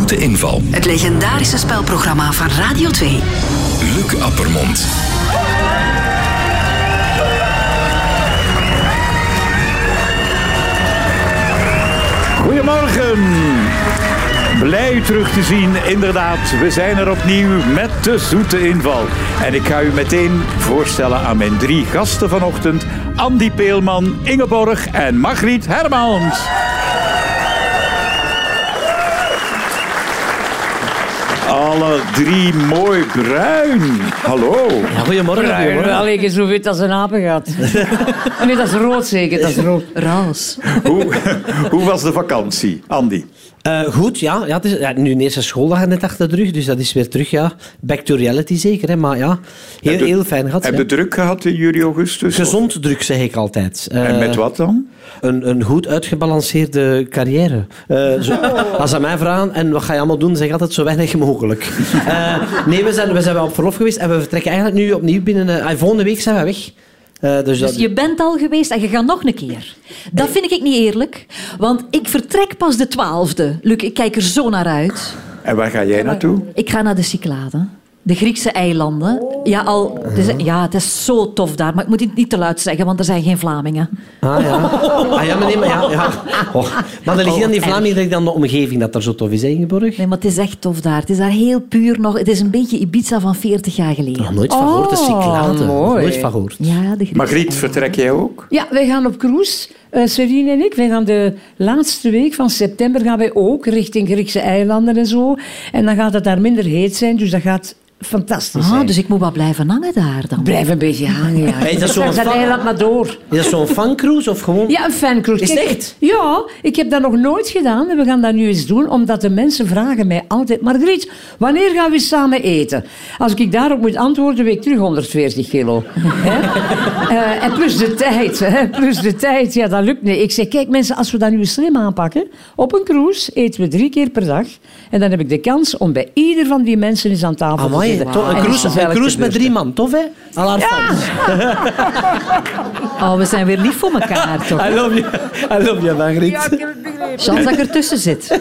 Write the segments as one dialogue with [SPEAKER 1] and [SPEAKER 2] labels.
[SPEAKER 1] Grote inval.
[SPEAKER 2] Het legendarische spelprogramma van Radio 2.
[SPEAKER 1] Luc Appermond.
[SPEAKER 3] Goedemorgen. Blij terug te zien, inderdaad. We zijn er opnieuw met de zoete inval. En ik ga u meteen voorstellen aan mijn drie gasten vanochtend: Andy Peelman, Ingeborg en Margriet Hermans. Alle drie mooi bruin. Hallo.
[SPEAKER 4] Goedemorgen,
[SPEAKER 3] Bruin.
[SPEAKER 4] Allee, ik is zo wit als een apengat. Oh nee, dat is rood zeker. Dat is rood. Raals.
[SPEAKER 3] Hoe, hoe was de vakantie, Andy?
[SPEAKER 5] Eh, goed, ja. ja, het is, ja nu ineens een schooldag net achter de rug, dus dat is weer terug, ja. Back to reality zeker, hè. Maar ja, heel,
[SPEAKER 3] Heb je-
[SPEAKER 5] heel fijn gehad.
[SPEAKER 3] Heb
[SPEAKER 5] ja.
[SPEAKER 3] je druk gehad in juli, augustus?
[SPEAKER 5] Gezond druk, zeg ik altijd.
[SPEAKER 3] En
[SPEAKER 5] Eh,
[SPEAKER 3] met wat dan?
[SPEAKER 5] Een, een goed uitgebalanceerde carrière. Eh, zo, Als ze aan mij vragen, en wat ga je allemaal doen, zeg ik altijd zo weinig mogelijk. Eh, nee, we zijn, we zijn wel op verlof geweest en we vertrekken eigenlijk nu opnieuw binnen... eh, volgende week zijn we weg. Eh, dus
[SPEAKER 6] Dus
[SPEAKER 5] dat,
[SPEAKER 6] je bent al geweest en je gaat nog een keer. Dat vind ik niet eerlijk, want ik vertrek pas de twaalfde. Luc, ik kijk er zo naar uit.
[SPEAKER 3] En waar ga jij naartoe?
[SPEAKER 6] Ik ga naar de Cycladen. De Griekse eilanden. Ja, al, het is, ja, het is zo tof daar. Maar ik moet het niet te luid zeggen, want er zijn geen Vlamingen.
[SPEAKER 5] Ah ja. Ah ja, maar nee, maar ja. ja. Och. Maar dan ligt niet aan die Vlamingen, denk ik dan de omgeving dat daar zo tof is, hè, Ingeborg?
[SPEAKER 6] Nee, maar het is echt tof daar. Het is daar heel puur nog. Het is een beetje Ibiza van 40 jaar geleden.
[SPEAKER 5] Nog nooit van gehoord, dus de Cycladen.
[SPEAKER 4] mooi.
[SPEAKER 5] Nooit van gehoord.
[SPEAKER 6] Oh, Ja, de Griekse
[SPEAKER 3] Margriet,
[SPEAKER 6] eilanden.
[SPEAKER 3] vertrek jij ook?
[SPEAKER 4] Ja, wij gaan op cruise. Eh Serine en ik, wij gaan de laatste week van september gaan wij ook richting Griekse eilanden en zo. En dan gaat het daar minder heet zijn, dus dat gaat fantastisch
[SPEAKER 6] Ah,
[SPEAKER 4] zijn.
[SPEAKER 6] dus ik moet wel blijven hangen daar dan.
[SPEAKER 4] Blijf een beetje hangen, ja.
[SPEAKER 5] Hey, dat is zo'n
[SPEAKER 4] Zeg
[SPEAKER 5] vak-
[SPEAKER 4] eiland maar door.
[SPEAKER 5] Is dat zo'n fancruise of gewoon...
[SPEAKER 4] Ja, een fancruise.
[SPEAKER 5] Is het
[SPEAKER 4] Kijk,
[SPEAKER 5] echt?
[SPEAKER 4] Ja, ik heb dat nog nooit gedaan en we gaan dat nu eens doen, omdat de mensen vragen mij altijd... Margriet, wanneer gaan we samen eten? Als ik daarop moet antwoorden, week terug 140 kilo. Hè? Eh, en plus de tijd, hè? plus de tijd, ja, dat lukt niet. Ik zeg, kijk mensen, als we dat nu slim aanpakken, op een cruise eten we drie keer per dag en dan heb ik de kans om bij ieder van die mensen eens aan tafel te
[SPEAKER 5] Amai,
[SPEAKER 4] zitten.
[SPEAKER 5] toch,
[SPEAKER 4] En
[SPEAKER 5] een
[SPEAKER 4] dat is
[SPEAKER 5] cruise, een
[SPEAKER 4] gezellig
[SPEAKER 5] cruise met
[SPEAKER 6] dus,
[SPEAKER 4] gebeurd.
[SPEAKER 5] drie man, tof hè? Al haar fans.
[SPEAKER 6] Oh, we zijn weer lief voor elkaar, toch?
[SPEAKER 5] I love you, I love you, Margriet.
[SPEAKER 6] Chance dat ik ertussen zit.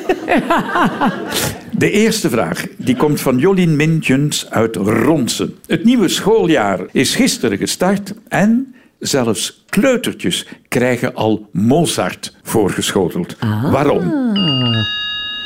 [SPEAKER 3] De eerste vraag die komt van Jolien Mintjens uit Ronsen. Het nieuwe schooljaar is gisteren gestart en zelfs kleutertjes krijgen al Mozart voorgeschoteld.
[SPEAKER 4] Ah.
[SPEAKER 3] Waarom?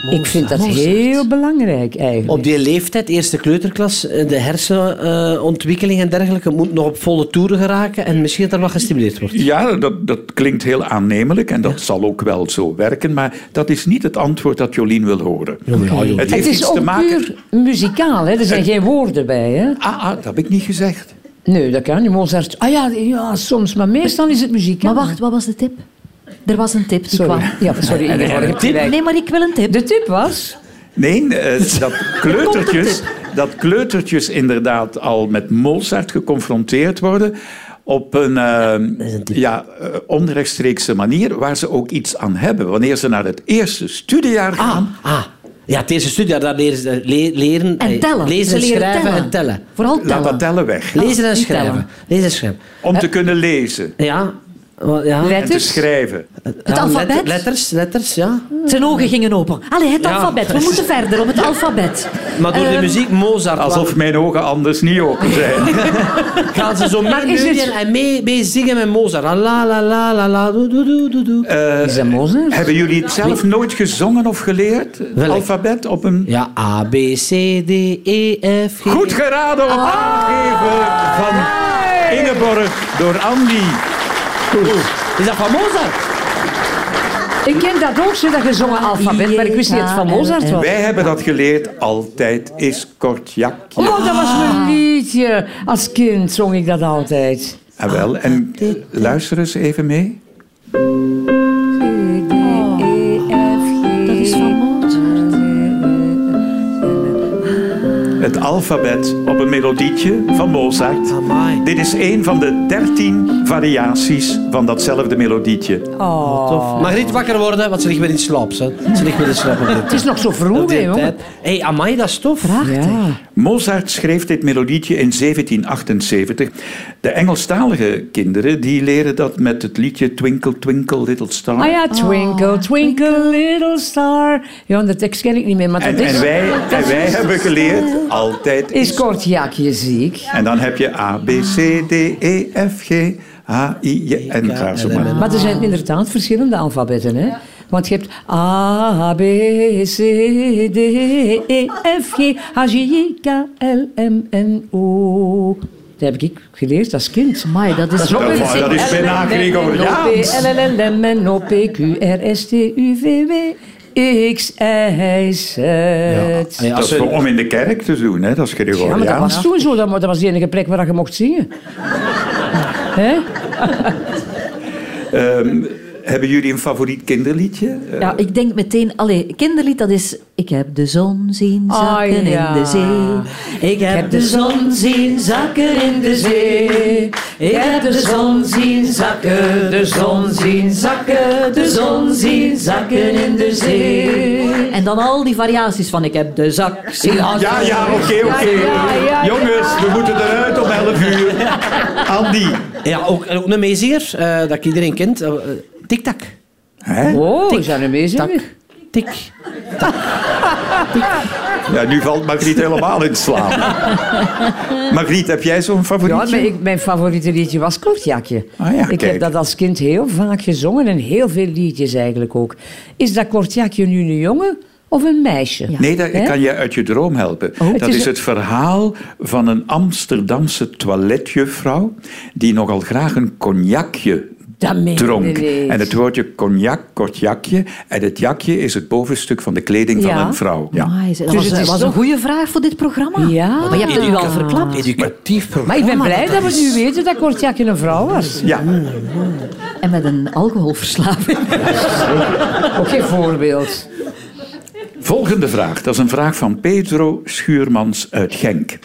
[SPEAKER 4] Ik vind dat heel belangrijk eigenlijk.
[SPEAKER 5] Op die leeftijd, eerste kleuterklas, eh, de hersenontwikkeling en dergelijke moet nog op volle toeren geraken en misschien dat er wat gestimuleerd wordt.
[SPEAKER 3] Ja, dat, dat klinkt heel aannemelijk en dat zal ook wel zo werken, maar dat is niet het antwoord dat Jolien wil horen. Het heeft
[SPEAKER 4] Het is
[SPEAKER 3] iets te
[SPEAKER 4] ook
[SPEAKER 3] maken.
[SPEAKER 4] puur muzikaal, hè? er zijn geen woorden bij. Hè?
[SPEAKER 3] Ah, ah, dat heb ik niet gezegd.
[SPEAKER 4] Nee, dat kan niet. Mozart, ah ja, ja, soms, maar meestal is het muzikaal.
[SPEAKER 6] Maar wacht, wat was de tip? Er was een tip die kwam.
[SPEAKER 4] sorry. Ja, sorry, Ingeborg, je hebt gelijk.
[SPEAKER 6] Nee, maar ik wil een tip.
[SPEAKER 4] De tip was...
[SPEAKER 3] Nee, eh, dat, kleutertjes, dat kleutertjes inderdaad al met Mozart geconfronteerd worden op een, eh, ja, eh, onrechtstreekse manier waar ze ook iets aan hebben. Wanneer ze naar het eerste studiejaar gaan,
[SPEAKER 5] Ah, ja, het eerste studie, daar leren ze le- leren,
[SPEAKER 6] En
[SPEAKER 5] eh,
[SPEAKER 6] tellen.
[SPEAKER 5] lezen en
[SPEAKER 6] Ze leren
[SPEAKER 5] schrijven
[SPEAKER 6] tellen.
[SPEAKER 5] en tellen.
[SPEAKER 6] Vooral
[SPEAKER 3] laat
[SPEAKER 6] tellen.
[SPEAKER 3] dat tellen weg.
[SPEAKER 5] Lezen en
[SPEAKER 6] niet
[SPEAKER 5] schrijven.
[SPEAKER 6] tellen.
[SPEAKER 5] Lezen en schrijven.
[SPEAKER 3] Om te kunnen lezen
[SPEAKER 5] Ja. wel, ja.
[SPEAKER 3] en te
[SPEAKER 4] Letters?
[SPEAKER 3] schrijven.
[SPEAKER 6] Het
[SPEAKER 5] Ja,
[SPEAKER 6] alfabet?
[SPEAKER 5] let- letters, letters, ja.
[SPEAKER 6] Zijn ogen gingen open. Allee, het alfabet. We moeten verder op het alfabet.
[SPEAKER 5] Maar door de
[SPEAKER 6] Ehm,
[SPEAKER 5] muziek Mozart.
[SPEAKER 3] Alsof mijn ogen anders niet open zijn.
[SPEAKER 5] want gaan ze zo mee
[SPEAKER 4] is het-
[SPEAKER 5] neurien en mee, mee zingen met Mozart. La la la la la, doe doe doe doe. doe.
[SPEAKER 3] Eh,
[SPEAKER 4] Is dat Mozart?
[SPEAKER 3] Hebben jullie het zelf nooit gezongen of geleerd? Het
[SPEAKER 5] Welk?
[SPEAKER 3] alfabet op een...
[SPEAKER 5] Ja, A, B, C, D, E, F, G.
[SPEAKER 3] Goed geraden op aangeven van Ingeborg door Andy.
[SPEAKER 5] Is dat van Mozart?
[SPEAKER 4] Ik ken dat ook, zo, dat gezongen alfabet, maar ik wist niet dat het van Mozart was.
[SPEAKER 3] Wij hebben dat geleerd. Altijd is kort jakje.
[SPEAKER 4] Oh, dat was
[SPEAKER 6] Ah.
[SPEAKER 4] mijn liedje. Als kind zong ik dat altijd.
[SPEAKER 3] Ah, wel. En luister eens even mee.
[SPEAKER 6] Dat is van Mozart.
[SPEAKER 3] het alfabet op een melodietje van Mozart.
[SPEAKER 5] Amai.
[SPEAKER 3] Dit is een van de dertien variaties van datzelfde melodietje.
[SPEAKER 4] Oh.
[SPEAKER 5] Tof. Margriet, wakker worden, want ze ligt weer in slaap. Ze, ze ligt weer in slaap. op dit-
[SPEAKER 4] Het is nog zo
[SPEAKER 5] op
[SPEAKER 4] vroeg, hè,
[SPEAKER 5] dit
[SPEAKER 4] jongen.
[SPEAKER 5] tijd. Hé, amai, dat is tof.
[SPEAKER 4] Ja.
[SPEAKER 3] Mozart schreef dit melodietje in 1778. De Engelstalige kinderen die leren dat met het liedje Twinkle Twinkle Little Star.
[SPEAKER 4] Ah ja, twinkle, twinkle, little star. Ja, de tekst ken ik niet meer, maar dat
[SPEAKER 3] en,
[SPEAKER 4] is...
[SPEAKER 3] en wij, en wij hebben geleerd altijd
[SPEAKER 4] Is kort jakje ziek.
[SPEAKER 3] En dan heb je A, B, C, D, E, F, G, H, I, J en ga zo maar.
[SPEAKER 4] Maar er zijn inderdaad verschillende alfabetten. Hè? Want je hebt A, B, C, D, E, F, G, H, J, K, L, M, N, O. Dat heb ik geleerd als kind.
[SPEAKER 6] Amai, dat is-
[SPEAKER 4] nog
[SPEAKER 3] Dat-
[SPEAKER 4] weer
[SPEAKER 3] maar dat is bijna Gregoriaans.
[SPEAKER 4] L, L, L, M, N, O, P, Q, R, S, T, U, V, W, X, Y, Z.
[SPEAKER 5] Hé,
[SPEAKER 3] Dat
[SPEAKER 5] als
[SPEAKER 3] is
[SPEAKER 5] we-
[SPEAKER 3] om in de kerk te doen, hè? dat is
[SPEAKER 4] Ja, maar dat
[SPEAKER 3] Gregoriaans.
[SPEAKER 4] was toen zo. Dat, dat was de enige plek waar je mocht zingen. Hè?
[SPEAKER 3] Ehm, hebben jullie een favoriet kinderliedje? Eh,
[SPEAKER 6] Ja, ik denk meteen... Allee, kinderlied, dat is... Ik heb de zon zien
[SPEAKER 4] Ah,
[SPEAKER 6] zakken
[SPEAKER 4] ja.
[SPEAKER 6] in de zee. Ik
[SPEAKER 4] heb de zon zien zakken in de zee. Ik heb de zon zien zakken, de zon zien zakken, de zon zien zakken in de zee.
[SPEAKER 6] En dan al die variaties van ik heb de zak zien
[SPEAKER 3] Ja, ja, oké, oké.
[SPEAKER 4] ja, ja,
[SPEAKER 3] Jongens, we moeten eruit om 11 uur. Andy.
[SPEAKER 5] Ja, ook, ook een meezier eh, dat iedereen kent. Eh, eh, Tik-tak.
[SPEAKER 3] Hè?
[SPEAKER 4] Oh, is dat amazing?
[SPEAKER 5] Tik.
[SPEAKER 3] Ja, nu valt Margriet helemaal in slaap. Margriet, heb jij zo'n
[SPEAKER 4] Ja, maar
[SPEAKER 3] favorietje?
[SPEAKER 4] ik, mijn favoriete liedje was Kortjakje.
[SPEAKER 3] Ah ja,
[SPEAKER 4] ik
[SPEAKER 3] kijk.
[SPEAKER 4] heb dat als kind heel vaak gezongen en heel veel liedjes eigenlijk ook. Is dat Kortjakje nu een jongen of een meisje?
[SPEAKER 3] Nee, dat, ik
[SPEAKER 4] Hè? Oh,
[SPEAKER 3] kan je uit je droom helpen.
[SPEAKER 4] Het
[SPEAKER 3] dat
[SPEAKER 4] is-
[SPEAKER 3] is het verhaal van een Amsterdamse toiletjuffrouw die nogal graag een cognacje
[SPEAKER 4] Dat meen je
[SPEAKER 3] dronk.
[SPEAKER 4] niet.
[SPEAKER 3] En het woordje cognac, kort jakje. En het jakje is het bovenstuk van de kleding
[SPEAKER 4] Ja.
[SPEAKER 3] van een vrouw. Ja.
[SPEAKER 6] Amai, dat
[SPEAKER 4] Dus
[SPEAKER 6] was,
[SPEAKER 4] het is
[SPEAKER 6] was
[SPEAKER 4] toch-
[SPEAKER 6] een goede vraag voor dit programma.
[SPEAKER 4] Ja.
[SPEAKER 6] Maar je hebt het nu al verklapt.
[SPEAKER 5] Educatief
[SPEAKER 4] Maar
[SPEAKER 5] programma.
[SPEAKER 4] ik ben blij dat we nu weten dat Kortjakje een vrouw was.
[SPEAKER 3] Ja,
[SPEAKER 6] En met een alcoholverslaving.
[SPEAKER 4] Ook geen voorbeeld.
[SPEAKER 3] volgende vraag. Dat is een vraag van Pedro Schuurmans uit Genk.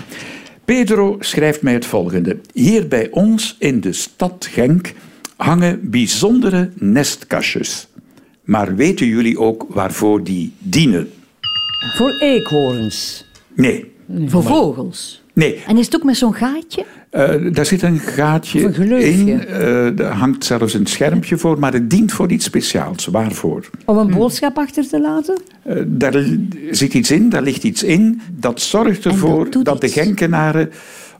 [SPEAKER 3] Pedro schrijft mij het volgende. Hier bij ons in de stad Genk hangen bijzondere nestkastjes. Maar weten jullie ook waarvoor die dienen?
[SPEAKER 4] Voor eekhoorns.
[SPEAKER 3] Nee,
[SPEAKER 6] Voor vogels.
[SPEAKER 3] nee.
[SPEAKER 6] En is het ook met zo'n gaatje?
[SPEAKER 3] Eh, daar zit een gaatje
[SPEAKER 4] Of een gleufje.
[SPEAKER 3] in. Eh, daar hangt zelfs een schermpje voor, maar het dient voor iets speciaals. Waarvoor?
[SPEAKER 4] Om een boodschap achter te laten?
[SPEAKER 3] Eh, daar li- zit iets in, daar ligt iets in. Dat zorgt ervoor dat,
[SPEAKER 6] doet
[SPEAKER 3] de
[SPEAKER 6] iets.
[SPEAKER 3] Genkenaren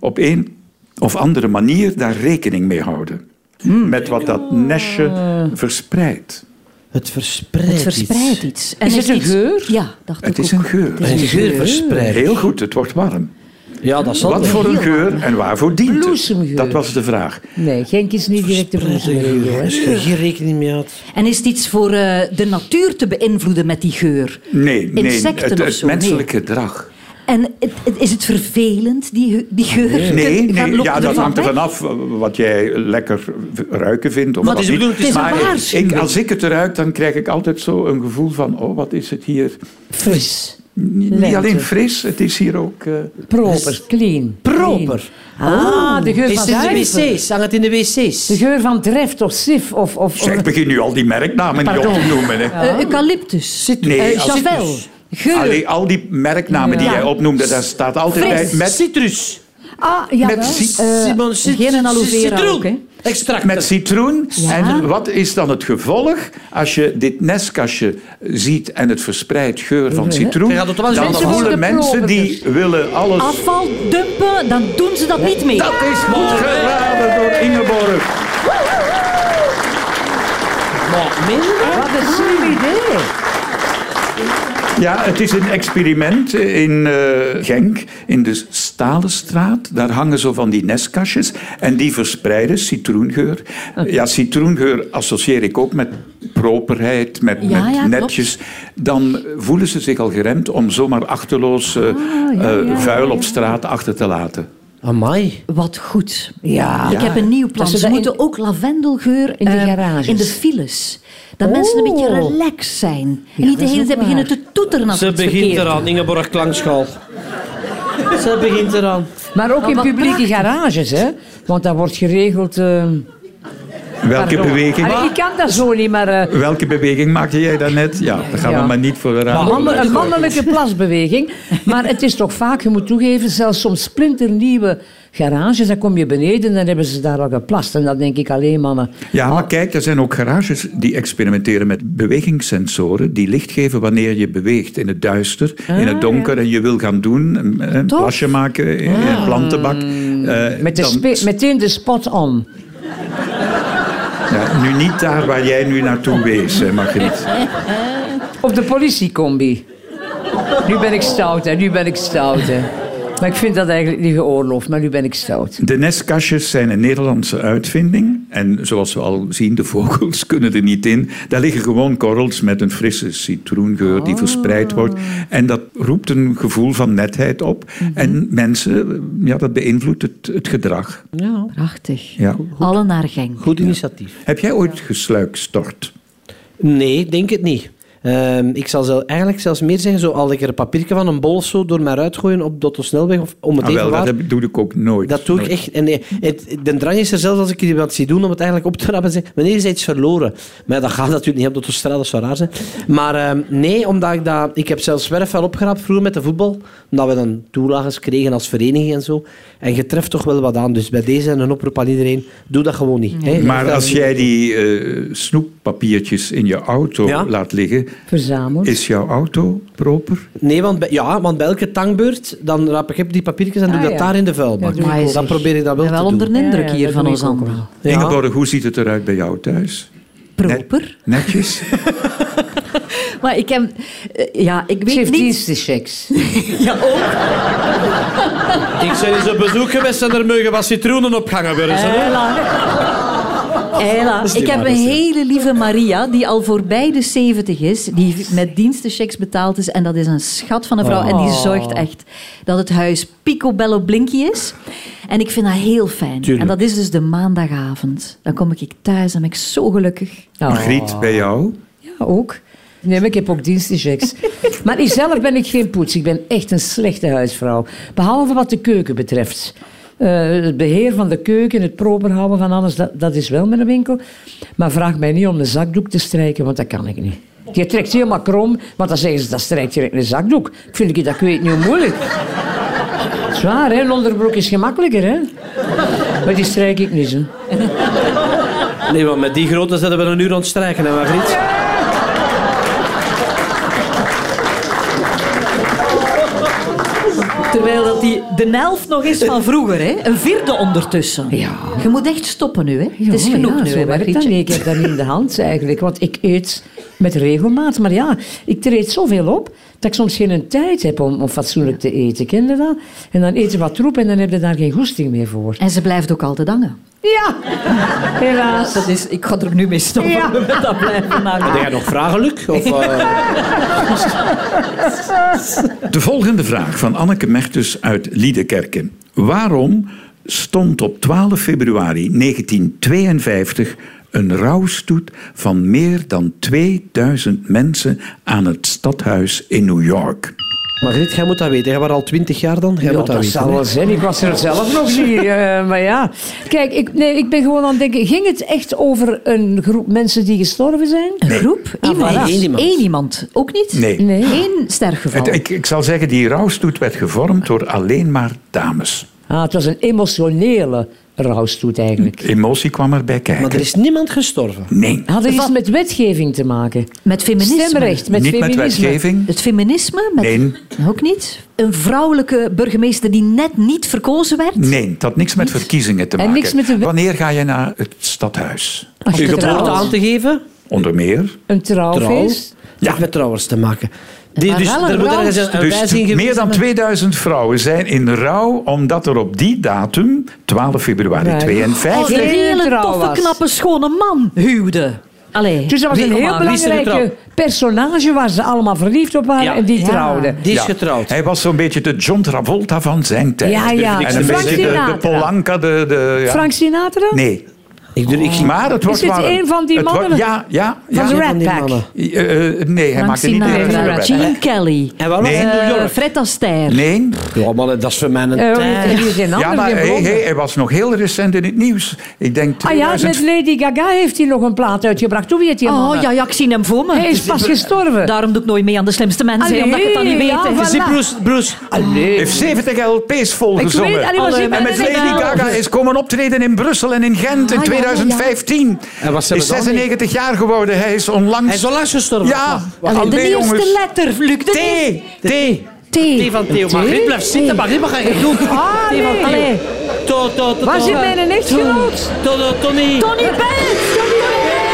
[SPEAKER 3] op een of andere manier daar rekening mee houden. Met wat dat nestje verspreidt.
[SPEAKER 5] Het verspreidt
[SPEAKER 6] Het verspreidt
[SPEAKER 5] iets.
[SPEAKER 6] iets. En
[SPEAKER 4] Is het een
[SPEAKER 6] iets-
[SPEAKER 4] geur?
[SPEAKER 6] Ja, dacht
[SPEAKER 3] Het
[SPEAKER 6] ik
[SPEAKER 3] is
[SPEAKER 6] ook.
[SPEAKER 3] een geur.
[SPEAKER 5] Een geur verspreidt.
[SPEAKER 3] Heel goed, het wordt warm.
[SPEAKER 5] Ja, dat zal
[SPEAKER 3] Wat
[SPEAKER 5] wel.
[SPEAKER 3] voor een geur en waarvoor dient het?
[SPEAKER 4] Bloesemgeur.
[SPEAKER 3] Dat was de vraag.
[SPEAKER 4] Nee, Genk is niet direct de bloesemregio.
[SPEAKER 5] Daar
[SPEAKER 4] hè.
[SPEAKER 5] is geen rekening mee uit.
[SPEAKER 6] En is het iets voor eh, de natuur te beïnvloeden met die geur?
[SPEAKER 3] Nee, nee
[SPEAKER 6] Insecten
[SPEAKER 3] het,
[SPEAKER 6] of
[SPEAKER 3] het
[SPEAKER 6] zo, nee.
[SPEAKER 3] menselijk gedrag.
[SPEAKER 6] En het, het- is het vervelend, die, geu-
[SPEAKER 4] Ah,
[SPEAKER 6] die geur?
[SPEAKER 3] Nee,
[SPEAKER 6] Gaat-
[SPEAKER 3] nee
[SPEAKER 6] loopt
[SPEAKER 3] ja, dat
[SPEAKER 6] ervan
[SPEAKER 3] hangt
[SPEAKER 6] weg?
[SPEAKER 3] ervan af eh, wat jij lekker v- ruiken vindt. Of
[SPEAKER 5] Maar
[SPEAKER 3] wat
[SPEAKER 5] het
[SPEAKER 3] niet.
[SPEAKER 5] is bedoeld, het is
[SPEAKER 6] een
[SPEAKER 3] Maar
[SPEAKER 6] waarschuwing.
[SPEAKER 3] ik- Als ik het ruik, dan krijg ik altijd zo een gevoel van... Oh, wat is het hier?
[SPEAKER 4] Fris.
[SPEAKER 3] N- Niet
[SPEAKER 4] Lente.
[SPEAKER 3] alleen fris, het is hier ook... eh,
[SPEAKER 4] Proper. Clean.
[SPEAKER 5] Proper.
[SPEAKER 4] Clean. Dus Ah, de geur
[SPEAKER 5] Oh. Is
[SPEAKER 4] van
[SPEAKER 5] het in de
[SPEAKER 4] zuiver.
[SPEAKER 5] wc's? Hangt het in de wc's?
[SPEAKER 4] De geur van treft of sif of... of, of-
[SPEAKER 3] zeg, begin nu al die merknamen niet op te noemen. Hè.
[SPEAKER 6] Eh, eucalyptus.
[SPEAKER 3] Nee,
[SPEAKER 6] Eh,
[SPEAKER 3] als-
[SPEAKER 6] Javel. Geur.
[SPEAKER 3] Allee, al die merknamen die
[SPEAKER 6] Ja.
[SPEAKER 3] jij opnoemde, daar staat altijd
[SPEAKER 6] Fris.
[SPEAKER 3] bij... Met,
[SPEAKER 5] citrus.
[SPEAKER 4] Ah, ja.
[SPEAKER 3] met,
[SPEAKER 5] Eh,
[SPEAKER 3] cit-
[SPEAKER 5] Simon, cit-
[SPEAKER 6] geen en aloe vera
[SPEAKER 5] citroen.
[SPEAKER 6] ook, hè?
[SPEAKER 5] Extract.
[SPEAKER 3] met citroen.
[SPEAKER 6] Ja.
[SPEAKER 3] En wat is dan het gevolg als je dit nestkastje ziet en het verspreidt geur van citroen?
[SPEAKER 5] Dan gaat het wel eens
[SPEAKER 3] Dan
[SPEAKER 5] mensen
[SPEAKER 3] voelen
[SPEAKER 4] worden
[SPEAKER 3] mensen die willen alles...
[SPEAKER 6] Afval dumpen, dan doen ze dat niet meer.
[SPEAKER 3] Dat is goed
[SPEAKER 5] Oh,
[SPEAKER 3] geraden door Ingeborg.
[SPEAKER 5] Maar minder?
[SPEAKER 4] Wat een slim idee.
[SPEAKER 3] Ja, het is een experiment in eh, Genk, in de Stalenstraat. Daar hangen zo van die nestkastjes en die verspreiden citroengeur. Ja, citroengeur associeer ik ook met properheid, met,
[SPEAKER 6] Ja,
[SPEAKER 3] met
[SPEAKER 6] ja,
[SPEAKER 3] netjes. Dan voelen ze zich al geremd om zomaar achterloos
[SPEAKER 4] Ah,
[SPEAKER 3] eh, eh, vuil op straat achter te laten.
[SPEAKER 5] Amai.
[SPEAKER 6] Wat goed.
[SPEAKER 4] Ja.
[SPEAKER 6] Ik heb een nieuw plan.
[SPEAKER 4] Dat ze
[SPEAKER 6] Ze
[SPEAKER 4] dat in-
[SPEAKER 6] moeten ook lavendelgeur
[SPEAKER 4] In de
[SPEAKER 6] eh,
[SPEAKER 4] garages. Oh.
[SPEAKER 6] in de files. Dat mensen een beetje relaxed zijn. en niet de
[SPEAKER 4] dat is
[SPEAKER 6] hele
[SPEAKER 4] ook
[SPEAKER 6] tijd beginnen te toeteren als
[SPEAKER 5] Ze
[SPEAKER 6] het
[SPEAKER 5] begint
[SPEAKER 6] verkeerd
[SPEAKER 5] eraan, Ingeborg Klankschaal. Ze begint eraan.
[SPEAKER 4] Maar ook in
[SPEAKER 6] wat
[SPEAKER 4] publieke
[SPEAKER 6] prachtig.
[SPEAKER 4] garages, hè? Want dat wordt geregeld. eh,
[SPEAKER 3] Welke
[SPEAKER 4] pardon.
[SPEAKER 3] beweging,
[SPEAKER 4] Allee, ik kan dat zo niet, maar. eh,
[SPEAKER 3] welke beweging maakte jij daarnet? Ja, daar gaan
[SPEAKER 4] Ja.
[SPEAKER 3] we maar niet voor de
[SPEAKER 4] een
[SPEAKER 3] raam.
[SPEAKER 4] mannen- een mannelijke plasbeweging. Maar het is toch vaak, je moet toegeven, zelfs soms splinternieuwe garages. Dan kom je beneden en dan hebben ze daar al geplast. En dan denk ik alleen eh, mannen.
[SPEAKER 3] Ja, maar kijk, er zijn ook garages die experimenteren met bewegingssensoren die licht geven wanneer je beweegt in het duister, in het donker en je wil gaan doen, een, een
[SPEAKER 4] Ah, Tof. Ah.
[SPEAKER 3] plasje maken eh, in een plantenbak. Eh,
[SPEAKER 4] Met de
[SPEAKER 3] dan-
[SPEAKER 4] spe- meteen de spot on.
[SPEAKER 3] Ja, nu niet daar waar jij nu naartoe wees, hè, Margriet.
[SPEAKER 4] Op de politiecombi. Nu ben ik stout, hè. Nu ben ik stout, hè. Maar ik vind dat eigenlijk niet geoorloofd, maar nu ben ik stout.
[SPEAKER 3] De nestkastjes zijn een Nederlandse uitvinding. En zoals we al zien, de vogels kunnen er niet in. Daar liggen gewoon korrels met een frisse citroengeur
[SPEAKER 5] Ah.
[SPEAKER 3] die verspreid wordt. En dat roept een gevoel van netheid op.
[SPEAKER 5] Mhm.
[SPEAKER 3] En mensen, ja, dat beïnvloedt het, het gedrag.
[SPEAKER 6] Prachtig.
[SPEAKER 3] Ja.
[SPEAKER 6] Alle naar Genk.
[SPEAKER 5] Goed initiatief.
[SPEAKER 3] Heb jij ooit gesluikstort?
[SPEAKER 5] Nee, ik denk het niet. Ehm, ik zal zelf, eigenlijk zelfs meer zeggen, zo al ik er een papiertje van een bol of zo door mijn uitgooien op de snelweg of om het
[SPEAKER 3] Ah,
[SPEAKER 5] even
[SPEAKER 3] wel,
[SPEAKER 5] waar.
[SPEAKER 3] dat heb- doe ik ook nooit.
[SPEAKER 5] Dat doe ik echt. En nee, het, de drang is er zelfs als ik iemand zie doen om het eigenlijk op te rapen en zeggen, wanneer is iets verloren? Maar ja, dat gaat natuurlijk niet op de autostrade, dat zou raar zijn. Maar ehm, nee, omdat ik dat... Ik heb zelfs zwerf wel opgeraapt vroeger met de voetbal. Omdat we dan toelages kregen als vereniging en zo. En je treft toch wel wat aan. Dus bij deze en een oproep aan iedereen, doe dat gewoon niet. hè.
[SPEAKER 3] Mm. Maar
[SPEAKER 5] Dat-
[SPEAKER 3] als jij die eh, snoeppapiertjes in je auto
[SPEAKER 5] Ja.
[SPEAKER 3] laat liggen,
[SPEAKER 4] Verzameld.
[SPEAKER 3] is jouw auto proper?
[SPEAKER 5] Nee, want bij, ja, want bij elke tankbeurt, dan raap ik heb die papiertjes en doe
[SPEAKER 4] Ah,
[SPEAKER 5] dat
[SPEAKER 4] ja.
[SPEAKER 5] daar in de vuilbak.
[SPEAKER 4] Ja, doe ik
[SPEAKER 5] dan
[SPEAKER 6] ook.
[SPEAKER 5] probeer ik dat wel
[SPEAKER 6] Ik ben wel
[SPEAKER 5] te
[SPEAKER 6] onder
[SPEAKER 5] doen.
[SPEAKER 6] de indruk
[SPEAKER 4] Ja, ja,
[SPEAKER 6] hier
[SPEAKER 4] dat
[SPEAKER 6] van
[SPEAKER 4] doe ik
[SPEAKER 6] ons
[SPEAKER 4] ook
[SPEAKER 6] allemaal.
[SPEAKER 5] Ja.
[SPEAKER 3] Ingeborg, hoe ziet het eruit bij jou thuis?
[SPEAKER 6] Proper.
[SPEAKER 3] Netjes?
[SPEAKER 6] Maar ik heb... eh, Ja, ik
[SPEAKER 4] Ze
[SPEAKER 6] weet
[SPEAKER 4] heeft
[SPEAKER 6] niet...
[SPEAKER 4] dienstenchecks.
[SPEAKER 5] Ik zijn eens op bezoek geweest en er mogen wat citroenen opgangen worden. zo.
[SPEAKER 4] Eh,
[SPEAKER 6] Eila,
[SPEAKER 5] is niet
[SPEAKER 6] ik heb
[SPEAKER 5] waar,
[SPEAKER 6] een
[SPEAKER 5] dat is niet
[SPEAKER 6] hele lieve Maria, die al voorbij de 70 is, die met dienstenchecks betaald is. En dat is een schat van een vrouw. En die zorgt echt dat het huis picobello blinky is. En ik vind dat heel fijn.
[SPEAKER 5] Tuurlijk.
[SPEAKER 6] En dat is dus de maandagavond. Dan kom ik thuis en ben ik zo gelukkig.
[SPEAKER 3] Margriet, bij jou?
[SPEAKER 4] Ja, ook. Nee, maar ik heb ook dienstenchecks. maar ik zelf ben ik geen poets. Ik ben echt een slechte huisvrouw. Behalve wat de keuken betreft. Eh, het beheer van de keuken, het proper houden van alles, dat, dat is wel mijn winkel. Maar vraag mij niet om een zakdoek te strijken, want dat kan ik niet. Je trekt helemaal krom, want dan zeggen ze, dat strijkt je een zakdoek. Vind ik dat, ik weet niet hoe moeilijk. Zwaar, hè? Een onderbroek is gemakkelijker, hè? Maar die strijk ik niet, hè.
[SPEAKER 5] Nee, want met die grootte zetten we een uur aan het strijken, hè, Margriet?
[SPEAKER 6] Terwijl dat die de helft nog is van vroeger, hè? Een vierde ondertussen.
[SPEAKER 4] Ja.
[SPEAKER 6] Je moet echt stoppen nu, hè?
[SPEAKER 4] Oh Ja,
[SPEAKER 6] het is genoeg
[SPEAKER 4] ja,
[SPEAKER 6] nu,
[SPEAKER 4] zo
[SPEAKER 6] hè,
[SPEAKER 4] werkt dat
[SPEAKER 6] Margrietje?
[SPEAKER 4] niet. Ik heb dat niet in de hand eigenlijk, want ik eet met regelmaat. Maar ja, ik treed zoveel op dat ik soms geen tijd heb om, om fatsoenlijk te eten. Ken je dat? En dan eet je wat troep en dan heb je daar geen goesting meer voor.
[SPEAKER 6] En ze blijft ook altijd hangen.
[SPEAKER 4] Ja, helaas.
[SPEAKER 6] Dat is, ik ga er nu mee stoppen.
[SPEAKER 4] Ja. Ah,
[SPEAKER 6] Met dat blijven hangen.
[SPEAKER 5] Heb jij nog vragen, Luc? Of, eh,
[SPEAKER 3] De volgende vraag van Anneke Mertens uit Liedekerken. Waarom stond op 12 februari 1952 een rouwstoet van meer dan 2000 mensen aan het stadhuis in New York?
[SPEAKER 5] Margriet, jij moet dat weten. Jij was al twintig jaar dan. Jij
[SPEAKER 4] Ja,
[SPEAKER 5] moet dat,
[SPEAKER 4] dat
[SPEAKER 5] weten.
[SPEAKER 4] zal
[SPEAKER 5] hè.
[SPEAKER 4] wel zijn. Ik was er zelf nog niet. eh, maar ja. Kijk, ik, nee, ik ben gewoon aan het denken. Ging het echt over een groep mensen die gestorven zijn?
[SPEAKER 6] Een groep? Iemand?
[SPEAKER 5] voilà. Eén iemand.
[SPEAKER 6] Eén iemand. Ook niet?
[SPEAKER 3] Nee.
[SPEAKER 4] Nee.
[SPEAKER 6] Eén sterfgeval.
[SPEAKER 3] Het- ik, ik zal zeggen, die rouwstoet werd gevormd door alleen maar dames.
[SPEAKER 4] Ah, het was een emotionele rouwstoet eigenlijk.
[SPEAKER 3] Emotie kwam erbij
[SPEAKER 5] Maar er
[SPEAKER 3] kijken.
[SPEAKER 5] is niemand gestorven.
[SPEAKER 3] Nee,
[SPEAKER 4] Had het iets met wetgeving te maken?
[SPEAKER 6] Met feminisme.
[SPEAKER 4] Stemrecht, met
[SPEAKER 3] niet met
[SPEAKER 4] feminisme.
[SPEAKER 3] wetgeving.
[SPEAKER 6] Het feminisme? Met...
[SPEAKER 3] Nee.
[SPEAKER 6] Ook niet? Een vrouwelijke burgemeester die net niet verkozen werd?
[SPEAKER 3] Nee, dat had niks met verkiezingen te
[SPEAKER 4] En
[SPEAKER 3] maken.
[SPEAKER 4] niks met de-
[SPEAKER 3] Wanneer ga je naar het stadhuis?
[SPEAKER 4] Als
[SPEAKER 5] Je
[SPEAKER 4] je
[SPEAKER 5] geboorte
[SPEAKER 4] trouwt.
[SPEAKER 5] aan te geven?
[SPEAKER 3] Onder meer
[SPEAKER 4] Een
[SPEAKER 5] Trouw.
[SPEAKER 4] trouwfeest.
[SPEAKER 5] Ja. Met trouwers te maken. Die,
[SPEAKER 6] Maar
[SPEAKER 5] dus
[SPEAKER 6] wel een
[SPEAKER 5] er moet ergens
[SPEAKER 6] rouwstoet.
[SPEAKER 5] een
[SPEAKER 3] Dus
[SPEAKER 5] wijziging geweest
[SPEAKER 3] meer dan
[SPEAKER 5] zijn.
[SPEAKER 3] 2000 vrouwen zijn in rouw omdat er op die datum, 12 februari
[SPEAKER 4] Ja.
[SPEAKER 6] Als
[SPEAKER 3] 52,
[SPEAKER 6] een
[SPEAKER 4] Geen
[SPEAKER 6] hele
[SPEAKER 4] trouw was.
[SPEAKER 6] toffe, knappe, schone man huwde. Allee.
[SPEAKER 4] Dus dat was
[SPEAKER 5] Wie-
[SPEAKER 4] een heel
[SPEAKER 5] maar wie is er
[SPEAKER 4] belangrijke personage waar ze allemaal verliefd op waren
[SPEAKER 5] Ja.
[SPEAKER 4] en die
[SPEAKER 6] Ja.
[SPEAKER 4] trouwden.
[SPEAKER 5] Die is
[SPEAKER 3] Ja.
[SPEAKER 5] getrouwd.
[SPEAKER 3] Hij was zo'n beetje de John Travolta van zijn tijd.
[SPEAKER 4] Ja, ja.
[SPEAKER 3] En een
[SPEAKER 4] Frank
[SPEAKER 3] beetje de, de
[SPEAKER 4] Sinatra.
[SPEAKER 3] Polanka. De, de, ja.
[SPEAKER 4] Frank Sinatra?
[SPEAKER 3] Nee.
[SPEAKER 5] Ik, doe- ik ging
[SPEAKER 3] Maar het wordt
[SPEAKER 4] Is dit
[SPEAKER 3] warm.
[SPEAKER 4] een van die
[SPEAKER 3] Het wordt-
[SPEAKER 4] mannen?
[SPEAKER 3] ja, ja. ja.
[SPEAKER 4] Van de
[SPEAKER 5] van
[SPEAKER 4] Rat
[SPEAKER 5] die
[SPEAKER 4] Pack.
[SPEAKER 5] mannen.
[SPEAKER 3] Eh, eh, nee, hij
[SPEAKER 6] Frank
[SPEAKER 3] maakte niet
[SPEAKER 4] deel van de
[SPEAKER 6] Sinatra,
[SPEAKER 4] Rat
[SPEAKER 3] de
[SPEAKER 6] Gene Kelly,
[SPEAKER 5] En waarom?
[SPEAKER 3] Nee.
[SPEAKER 5] Eh,
[SPEAKER 6] eh, Fred Astaire.
[SPEAKER 3] Nee.
[SPEAKER 5] Ja, mannen, dat is voor mij een
[SPEAKER 4] Eh,
[SPEAKER 5] tijd.
[SPEAKER 4] hier zijn
[SPEAKER 3] Ja,
[SPEAKER 4] anderen,
[SPEAKER 3] maar
[SPEAKER 4] geen
[SPEAKER 3] hey,
[SPEAKER 4] blonde.
[SPEAKER 3] hey, hij was nog heel recent in het nieuws. Ik denk
[SPEAKER 4] Ah ja, met
[SPEAKER 3] 2000...
[SPEAKER 4] Lady Gaga heeft hij nog een plaat uitgebracht. Hoe weet je man?
[SPEAKER 6] Oh ja, ja, ik zie hem voor me.
[SPEAKER 4] Hij is pas gestorven.
[SPEAKER 6] Daarom doe ik nooit mee aan de slimste mensen,
[SPEAKER 4] Allee,
[SPEAKER 6] omdat ik het dan niet
[SPEAKER 4] ja,
[SPEAKER 6] weet.
[SPEAKER 4] voilà.
[SPEAKER 5] Zie Bruce, Bruce.
[SPEAKER 3] heeft 70 LP's volgezongen.
[SPEAKER 4] Ik weet- ah, allee,
[SPEAKER 6] was hij
[SPEAKER 3] en
[SPEAKER 6] bij
[SPEAKER 3] met
[SPEAKER 6] de
[SPEAKER 3] Lady
[SPEAKER 6] NL?
[SPEAKER 3] Gaga is komen optreden in Brussel en in Gent in 2015.
[SPEAKER 5] En was ze
[SPEAKER 3] is
[SPEAKER 5] met
[SPEAKER 3] 96 jaar geworden. Hij is onlangs...
[SPEAKER 5] Hij is al langs gestorven.
[SPEAKER 3] Ja,
[SPEAKER 6] Allee, de
[SPEAKER 3] allee,
[SPEAKER 6] eerste
[SPEAKER 3] jongens.
[SPEAKER 6] letter, Luc. De
[SPEAKER 5] T.
[SPEAKER 6] eerste-
[SPEAKER 5] T. T van Theo. Maar Griep blijft
[SPEAKER 4] Oh,
[SPEAKER 5] zitten. Maar Griep, wat ga je doen? T
[SPEAKER 4] Ah,
[SPEAKER 5] van
[SPEAKER 4] nee.
[SPEAKER 5] Theo.
[SPEAKER 4] Allee.
[SPEAKER 5] To, to, to,
[SPEAKER 4] Waar
[SPEAKER 5] to.
[SPEAKER 4] zit mijn echtgenoot?
[SPEAKER 5] To, to, Tony.
[SPEAKER 6] Tony Bennett. Tony Bennett.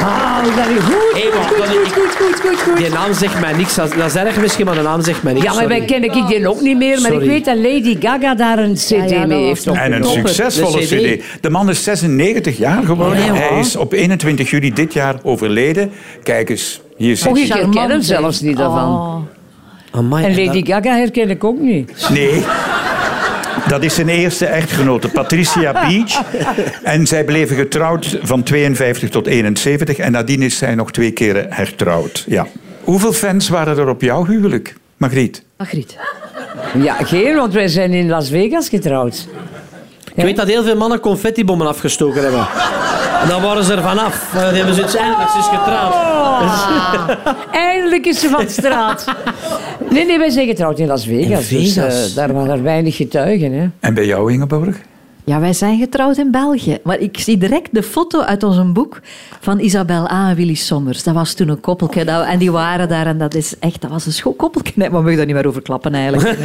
[SPEAKER 4] Ah, dat is goed.
[SPEAKER 5] Hey, wacht,
[SPEAKER 4] goed,
[SPEAKER 5] Tony,
[SPEAKER 4] goed,
[SPEAKER 5] ik-
[SPEAKER 4] goed, goed, goed, goed.
[SPEAKER 5] Die naam zegt mij niks. Dat dat is erg misschien, maar de naam zegt mij niks.
[SPEAKER 4] Ja, maar wij
[SPEAKER 5] Sorry.
[SPEAKER 4] kennen ik die ook niet meer. Maar
[SPEAKER 5] Sorry.
[SPEAKER 4] ik weet dat Lady Gaga daar een cd
[SPEAKER 6] ja, dat
[SPEAKER 4] mee
[SPEAKER 6] was
[SPEAKER 4] heeft.
[SPEAKER 6] nog-
[SPEAKER 3] En een
[SPEAKER 5] Topper,
[SPEAKER 3] succesvolle
[SPEAKER 5] de CD.
[SPEAKER 3] CD. De man is 96 jaar geworden.
[SPEAKER 5] Ja, ja.
[SPEAKER 3] Hij is op 21 juli dit jaar overleden. Kijk eens, hier zit
[SPEAKER 4] Och, ik
[SPEAKER 3] hij.
[SPEAKER 4] herken hem
[SPEAKER 6] Charmant,
[SPEAKER 4] zelfs
[SPEAKER 6] hè.
[SPEAKER 4] niet daarvan.
[SPEAKER 6] Oh.
[SPEAKER 5] Amai,
[SPEAKER 4] En
[SPEAKER 5] en
[SPEAKER 4] Lady
[SPEAKER 5] dat-
[SPEAKER 4] Gaga herken ik ook niet.
[SPEAKER 3] Nee. Dat is zijn eerste echtgenote, Patricia Beach. En zij bleven getrouwd van 52 tot 71. En nadien is zij nog twee keren hertrouwd. Ja. Hoeveel fans waren er op jouw huwelijk, Margriet?
[SPEAKER 6] Margriet.
[SPEAKER 4] Ja, geen, want wij zijn in Las Vegas getrouwd.
[SPEAKER 5] Ik weet dat heel veel mannen confettibommen afgestoken hebben. En dan waren ze er vanaf. Eh, Die hebben zoiets eindelijk, ze is getrouwd.
[SPEAKER 4] Ah. Eindelijk is ze van straat. Nee, nee, wij zijn getrouwd in Las Vegas.
[SPEAKER 5] In
[SPEAKER 4] Dus, eh,
[SPEAKER 5] Vegas.
[SPEAKER 4] daar waren er weinig getuigen. Hè.
[SPEAKER 3] En bij jou, Ingeborg?
[SPEAKER 6] Ja, wij zijn getrouwd in België. Maar ik zie direct de foto uit ons boek van Isabel A. en Willy Sommers. Dat was toen een koppeltje. Dat, en die waren daar en dat is echt... Dat was een schoon koppeltje. Nee, maar we mogen daar niet meer over klappen eigenlijk.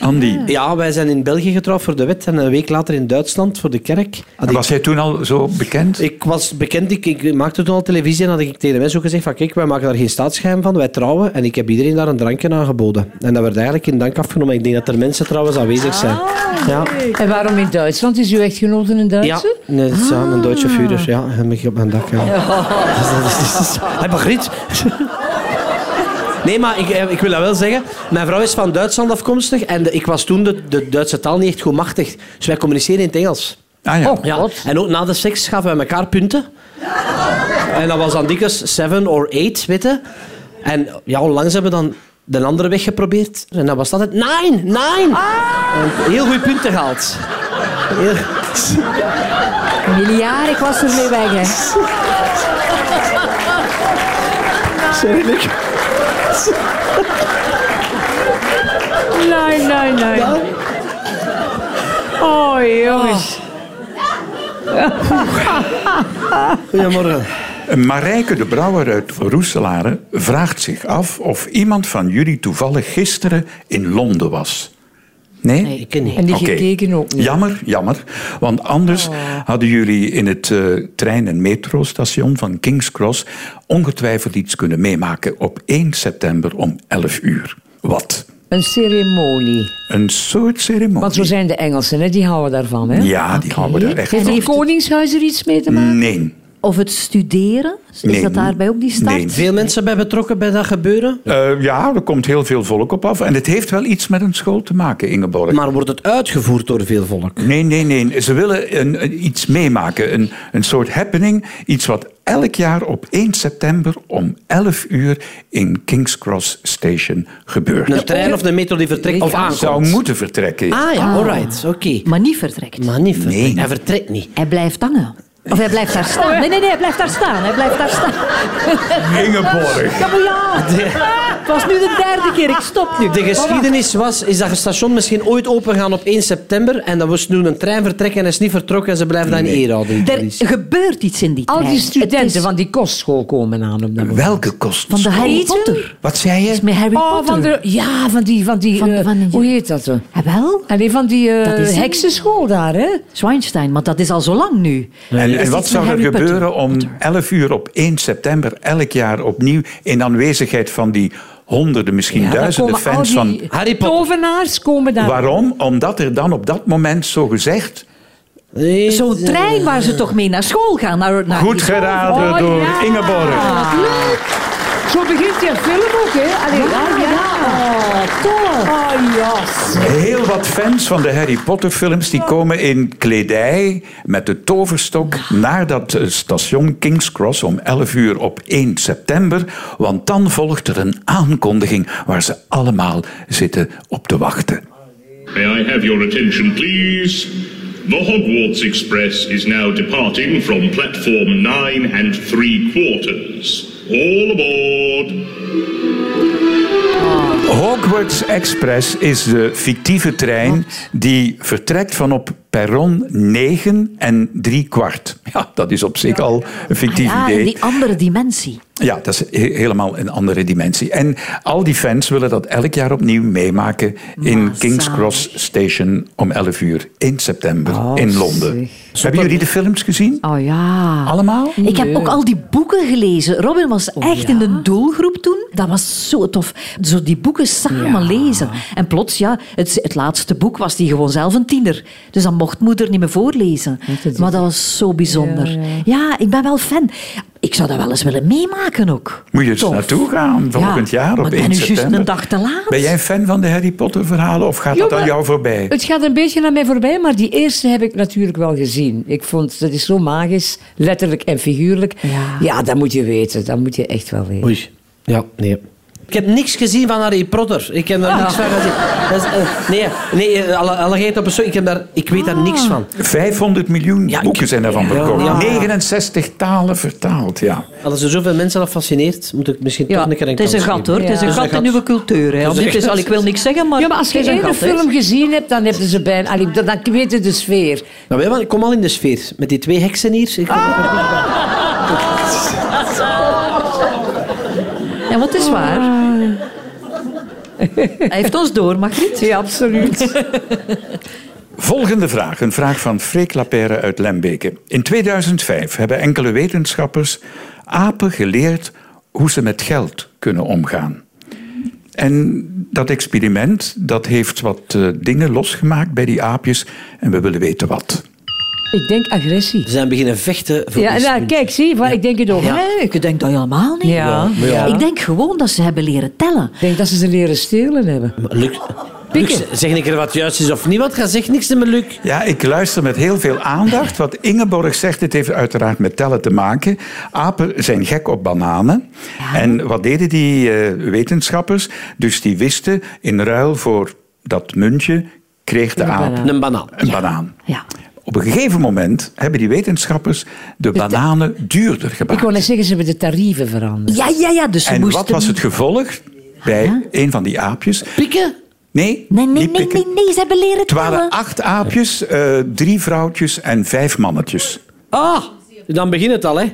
[SPEAKER 3] Andy.
[SPEAKER 5] Ja, wij zijn in België getrouwd voor de wet en een week later in Duitsland voor de kerk. Ah, Had
[SPEAKER 3] En
[SPEAKER 5] ik-
[SPEAKER 3] was hij toen al zo bekend?
[SPEAKER 5] Ik was bekend, ik, ik maakte toen al televisie en had ik tegen de mensen ook gezegd van kijk, wij maken daar geen staatsgeheim van, wij trouwen en ik heb iedereen daar een drankje aangeboden. En dat werd eigenlijk in dank afgenomen. Ik denk dat er mensen trouwens aanwezig zijn. ja.
[SPEAKER 4] En waarom in Duitsland? Is uw echtgenote een
[SPEAKER 5] Ja,
[SPEAKER 4] Duitser?
[SPEAKER 5] nee, het is, ja, een Duitse vuurder. Ja, heb ik op mijn dak. Ja. Dus dat is- dat is- Hij begrijpt. Nee, maar ik, eh, ik wil dat wel zeggen. Mijn vrouw is van Duitsland afkomstig en de- ik was toen de, de Duitse taal niet echt goed machtig. Dus wij communiceren in het Engels.
[SPEAKER 3] Ah ja.
[SPEAKER 5] Ja. En ook na de seks gaven wij elkaar punten. En dat was dan dikwijls seven or eight, weet je. En ja, onlangs hebben we dan de andere weg geprobeerd. En dan was dat het nine, nine.
[SPEAKER 3] Ah!
[SPEAKER 5] En heel goede punten gehaald. Heel...
[SPEAKER 6] Miljard, ik was ermee weg, hè.
[SPEAKER 5] Sorry, Luc.
[SPEAKER 4] Nee, nee, nee. Oh, jongens.
[SPEAKER 5] Goedemorgen.
[SPEAKER 3] Marijke de Brouwer uit Roeselare vraagt zich af of iemand van jullie toevallig gisteren in Londen was. Nee?
[SPEAKER 5] Ik ken niet.
[SPEAKER 4] En die
[SPEAKER 3] Oké.
[SPEAKER 4] gekeken ook niet. Oh.
[SPEAKER 3] Jammer, jammer. Want anders hadden jullie in het eh, trein- en metrostation van King's Cross ongetwijfeld iets kunnen meemaken op 1 september om 11 uur. Wat?
[SPEAKER 4] Een ceremonie.
[SPEAKER 3] Een soort ceremonie.
[SPEAKER 4] Want zo zijn de Engelsen, hè? die houden daarvan. Hè?
[SPEAKER 3] Ja, die houden er echt
[SPEAKER 4] Heeft
[SPEAKER 3] van.
[SPEAKER 4] het koningshuis er iets mee te maken?
[SPEAKER 3] Nee.
[SPEAKER 6] Of het studeren. Is
[SPEAKER 3] Nee.
[SPEAKER 6] dat daarbij ook die start?
[SPEAKER 3] Nee.
[SPEAKER 5] Veel mensen bij betrokken bij dat gebeuren.
[SPEAKER 3] Eh, ja, er komt heel veel volk op af. En het heeft wel iets met een school te maken, Ingeborg.
[SPEAKER 5] Maar wordt het uitgevoerd door veel volk?
[SPEAKER 3] Nee, nee, nee. Ze willen een, een- iets meemaken. Een, een soort happening. Iets wat elk jaar op 1 september om 11 uur in King's Cross Station gebeurt.
[SPEAKER 5] Een trein of een metro die vertrekt of aankomt?
[SPEAKER 3] zou moeten vertrekken. ja.
[SPEAKER 5] Ah ja, alright, oké.
[SPEAKER 6] Maar niet vertrekt.
[SPEAKER 5] Maar niet vertrekt.
[SPEAKER 3] Nee.
[SPEAKER 5] Hij vertrekt niet.
[SPEAKER 6] Hij blijft hangen. Of hij blijft daar
[SPEAKER 5] Mm.
[SPEAKER 6] staan. Nee, nee, nee, hij blijft daar staan. Hij blijft daar staan.
[SPEAKER 3] Ingeborg.
[SPEAKER 6] Kabeljauw. Het was nu de derde keer. Ik stop nu.
[SPEAKER 5] De geschiedenis was, is dat station misschien ooit opengaan op 1 september en dan moest toen een trein vertrekken en is niet vertrokken en ze blijven daar in eer houden. die
[SPEAKER 6] Er
[SPEAKER 5] politie.
[SPEAKER 6] gebeurt iets in die
[SPEAKER 4] Al
[SPEAKER 6] trein.
[SPEAKER 4] die studenten
[SPEAKER 6] Het is
[SPEAKER 4] van die kostschool komen aan op dat moment.
[SPEAKER 3] Welke kosten?
[SPEAKER 6] van de Harry
[SPEAKER 4] Weet je?
[SPEAKER 6] Potter.
[SPEAKER 3] Wat zei
[SPEAKER 6] Het is
[SPEAKER 3] je?
[SPEAKER 6] met Harry
[SPEAKER 4] Oh,
[SPEAKER 6] Potter.
[SPEAKER 4] van de, ja, van die... Van die
[SPEAKER 6] Van-
[SPEAKER 4] eh,
[SPEAKER 6] van-
[SPEAKER 4] hoe heet dat? eh?
[SPEAKER 6] Ja, wel?
[SPEAKER 4] Allee, van die eh,
[SPEAKER 6] Dat is-
[SPEAKER 4] heksenschool daar, hè?
[SPEAKER 6] Zwijnstein, want dat is al zo lang nu.
[SPEAKER 3] En,
[SPEAKER 6] Is
[SPEAKER 3] en wat
[SPEAKER 6] iets
[SPEAKER 3] zou
[SPEAKER 6] met
[SPEAKER 3] er
[SPEAKER 6] Harry Potter?
[SPEAKER 3] gebeuren om 11 uur op 1 september elk jaar opnieuw in aanwezigheid van die honderden, misschien
[SPEAKER 4] Ja, daar
[SPEAKER 3] duizenden
[SPEAKER 4] komen al
[SPEAKER 3] fans
[SPEAKER 4] die
[SPEAKER 3] van...
[SPEAKER 5] Harry Potter.
[SPEAKER 4] tovenaars komen daar.
[SPEAKER 3] Waarom? Omdat er dan op dat moment zo gezegd...
[SPEAKER 5] Nee,
[SPEAKER 4] eh,
[SPEAKER 6] Zo'n trein waar ze toch mee naar school gaan. Naar, naar
[SPEAKER 3] Goed geraden
[SPEAKER 4] Oh,
[SPEAKER 3] door
[SPEAKER 4] ja.
[SPEAKER 3] Ingeborg.
[SPEAKER 6] Wat leuk.
[SPEAKER 4] Zo begint die film ook, hè? Allee, ja, ja. Oh, tof. Oh, yes.
[SPEAKER 3] Heel wat fans van de Harry Potter films die komen in kledij met de toverstok naar dat eh, station King's Cross om 11 uur op 1 september. Want dan volgt er een aankondiging waar ze allemaal zitten op te wachten.
[SPEAKER 7] May I have your attention, please? The Hogwarts Express is now departing from platform 9 and 3 quarters. All aboard!
[SPEAKER 3] Hogwarts Express is de fictieve trein die vertrekt vanop perron 9 en 3 kwart. Ja, dat is op zich al een fictief
[SPEAKER 6] Ah Ja, in
[SPEAKER 3] idee.
[SPEAKER 6] die andere dimensie.
[SPEAKER 3] Ja, dat is he- helemaal een andere dimensie. En al die fans willen dat elk jaar opnieuw meemaken in
[SPEAKER 6] Massaal.
[SPEAKER 3] King's Cross Station om 11 uur in september in Londen. Hebben jullie de films gezien?
[SPEAKER 6] Oh ja.
[SPEAKER 3] Allemaal?
[SPEAKER 6] Oh, Ik heb ook al die boeken gelezen. Robin was echt in de doelgroep toen. Dat was zo tof. Zo die boeken samen lezen. En plots, ja, het, het laatste boek was die gewoon zelf een tiener. Dus dan mocht moeder niet meer voorlezen. Maar dat was zo bijzonder. Ja, ik ben wel fan. Ik zou dat wel eens willen meemaken ook.
[SPEAKER 3] Moet je eens
[SPEAKER 6] Tof.
[SPEAKER 3] naartoe gaan volgend
[SPEAKER 6] Ja,
[SPEAKER 3] jaar op
[SPEAKER 6] maar
[SPEAKER 3] 1
[SPEAKER 6] ik ben nu juist
[SPEAKER 3] september?
[SPEAKER 6] een dag te laat.
[SPEAKER 3] Ben jij fan van de Harry Potter verhalen of gaat dat
[SPEAKER 4] Ja,
[SPEAKER 3] aan
[SPEAKER 4] maar
[SPEAKER 3] jou voorbij?
[SPEAKER 4] Het gaat een beetje aan mij voorbij, maar die eerste heb ik natuurlijk wel gezien. Ik vond, dat is zo magisch, letterlijk en figuurlijk. Ja, dat moet je weten. Dat moet je echt wel weten.
[SPEAKER 5] Oei. Ja, nee. Ik heb niks gezien van Harry Potter. Ik heb daar niks van gezien. Dat is, eh, nee, nee eh, alle, alle gekheid op een stuk. Ik, heb daar, ik weet daar
[SPEAKER 6] Ah.
[SPEAKER 5] niks van.
[SPEAKER 3] 500 miljoen
[SPEAKER 5] Ja, ik-
[SPEAKER 3] boeken zijn ervan
[SPEAKER 5] Ja,
[SPEAKER 3] verkocht.
[SPEAKER 5] ja.
[SPEAKER 3] 69 talen vertaald, ja.
[SPEAKER 5] Als er zoveel mensen dat fascineert, moet ik misschien
[SPEAKER 6] Ja,
[SPEAKER 5] toch een keer een
[SPEAKER 6] het is een
[SPEAKER 5] kans
[SPEAKER 6] gat
[SPEAKER 5] geven.
[SPEAKER 6] hoor. Het is een
[SPEAKER 5] Dus
[SPEAKER 6] gat in uw cultuur. Hè.
[SPEAKER 5] Dus
[SPEAKER 6] Dit
[SPEAKER 5] echt-
[SPEAKER 6] is al, ik wil niks zeggen, maar,
[SPEAKER 4] Ja, maar als je
[SPEAKER 6] het is een
[SPEAKER 4] één
[SPEAKER 6] gat, hè.
[SPEAKER 4] film gezien hebt, dan hebben ze bijna... Allee, dan, dan weten de sfeer.
[SPEAKER 5] Nou, wij- ik kom al in de sfeer. Met die twee heksen hier. Ik-
[SPEAKER 6] Ah. Ja, wat is waar. Hij heeft ons door, Margriet. Ja, absoluut.
[SPEAKER 3] Volgende vraag, een vraag van Freek Lapère uit Lembeke. In 2005 hebben enkele wetenschappers apen geleerd hoe ze met geld kunnen omgaan. En dat experiment dat heeft wat eh, dingen losgemaakt bij die aapjes en we willen weten wat.
[SPEAKER 4] Ik denk agressie.
[SPEAKER 5] Ze zijn beginnen vechten voor
[SPEAKER 4] Ja,
[SPEAKER 5] iets.
[SPEAKER 4] nou, kijk, zie, wat ik denk het ook. hè.
[SPEAKER 6] Nee, ik denk dat helemaal niet.
[SPEAKER 4] Ja. Ja.
[SPEAKER 6] Ik denk gewoon dat ze hebben leren tellen.
[SPEAKER 4] Ik denk dat ze ze leren stelen hebben.
[SPEAKER 5] Maar Luc, Luc,
[SPEAKER 4] Pikken.
[SPEAKER 5] zeg een keer wat juist is of niet, want ga zegt niks in mijn Luc.
[SPEAKER 3] Ja, ik luister met heel veel aandacht. Wat Ingeborg zegt, dit heeft uiteraard met tellen te maken. Apen zijn gek op bananen. En wat deden die eh, wetenschappers? Dus die wisten, in ruil voor dat muntje kreeg de aap
[SPEAKER 5] Een banaan.
[SPEAKER 3] een banaan.
[SPEAKER 6] Ja.
[SPEAKER 3] Op een gegeven moment hebben die wetenschappers
[SPEAKER 6] Dus
[SPEAKER 3] de bananen duurder
[SPEAKER 4] Ik
[SPEAKER 3] gemaakt.
[SPEAKER 4] wou net zeggen, ze hebben de tarieven veranderd.
[SPEAKER 6] Ja, ja, ja. Dus ze
[SPEAKER 3] En
[SPEAKER 6] moesten...
[SPEAKER 3] wat was het gevolg bij een van die aapjes?
[SPEAKER 5] Pikken?
[SPEAKER 3] Nee,
[SPEAKER 6] Nee, nee,
[SPEAKER 3] niet
[SPEAKER 6] nee,
[SPEAKER 3] pikken.
[SPEAKER 6] nee, nee, ze hebben leren
[SPEAKER 3] Het waren
[SPEAKER 6] tellen.
[SPEAKER 3] acht aapjes, eh, drie vrouwtjes en vijf mannetjes.
[SPEAKER 5] Ah, dan begint het al, hè.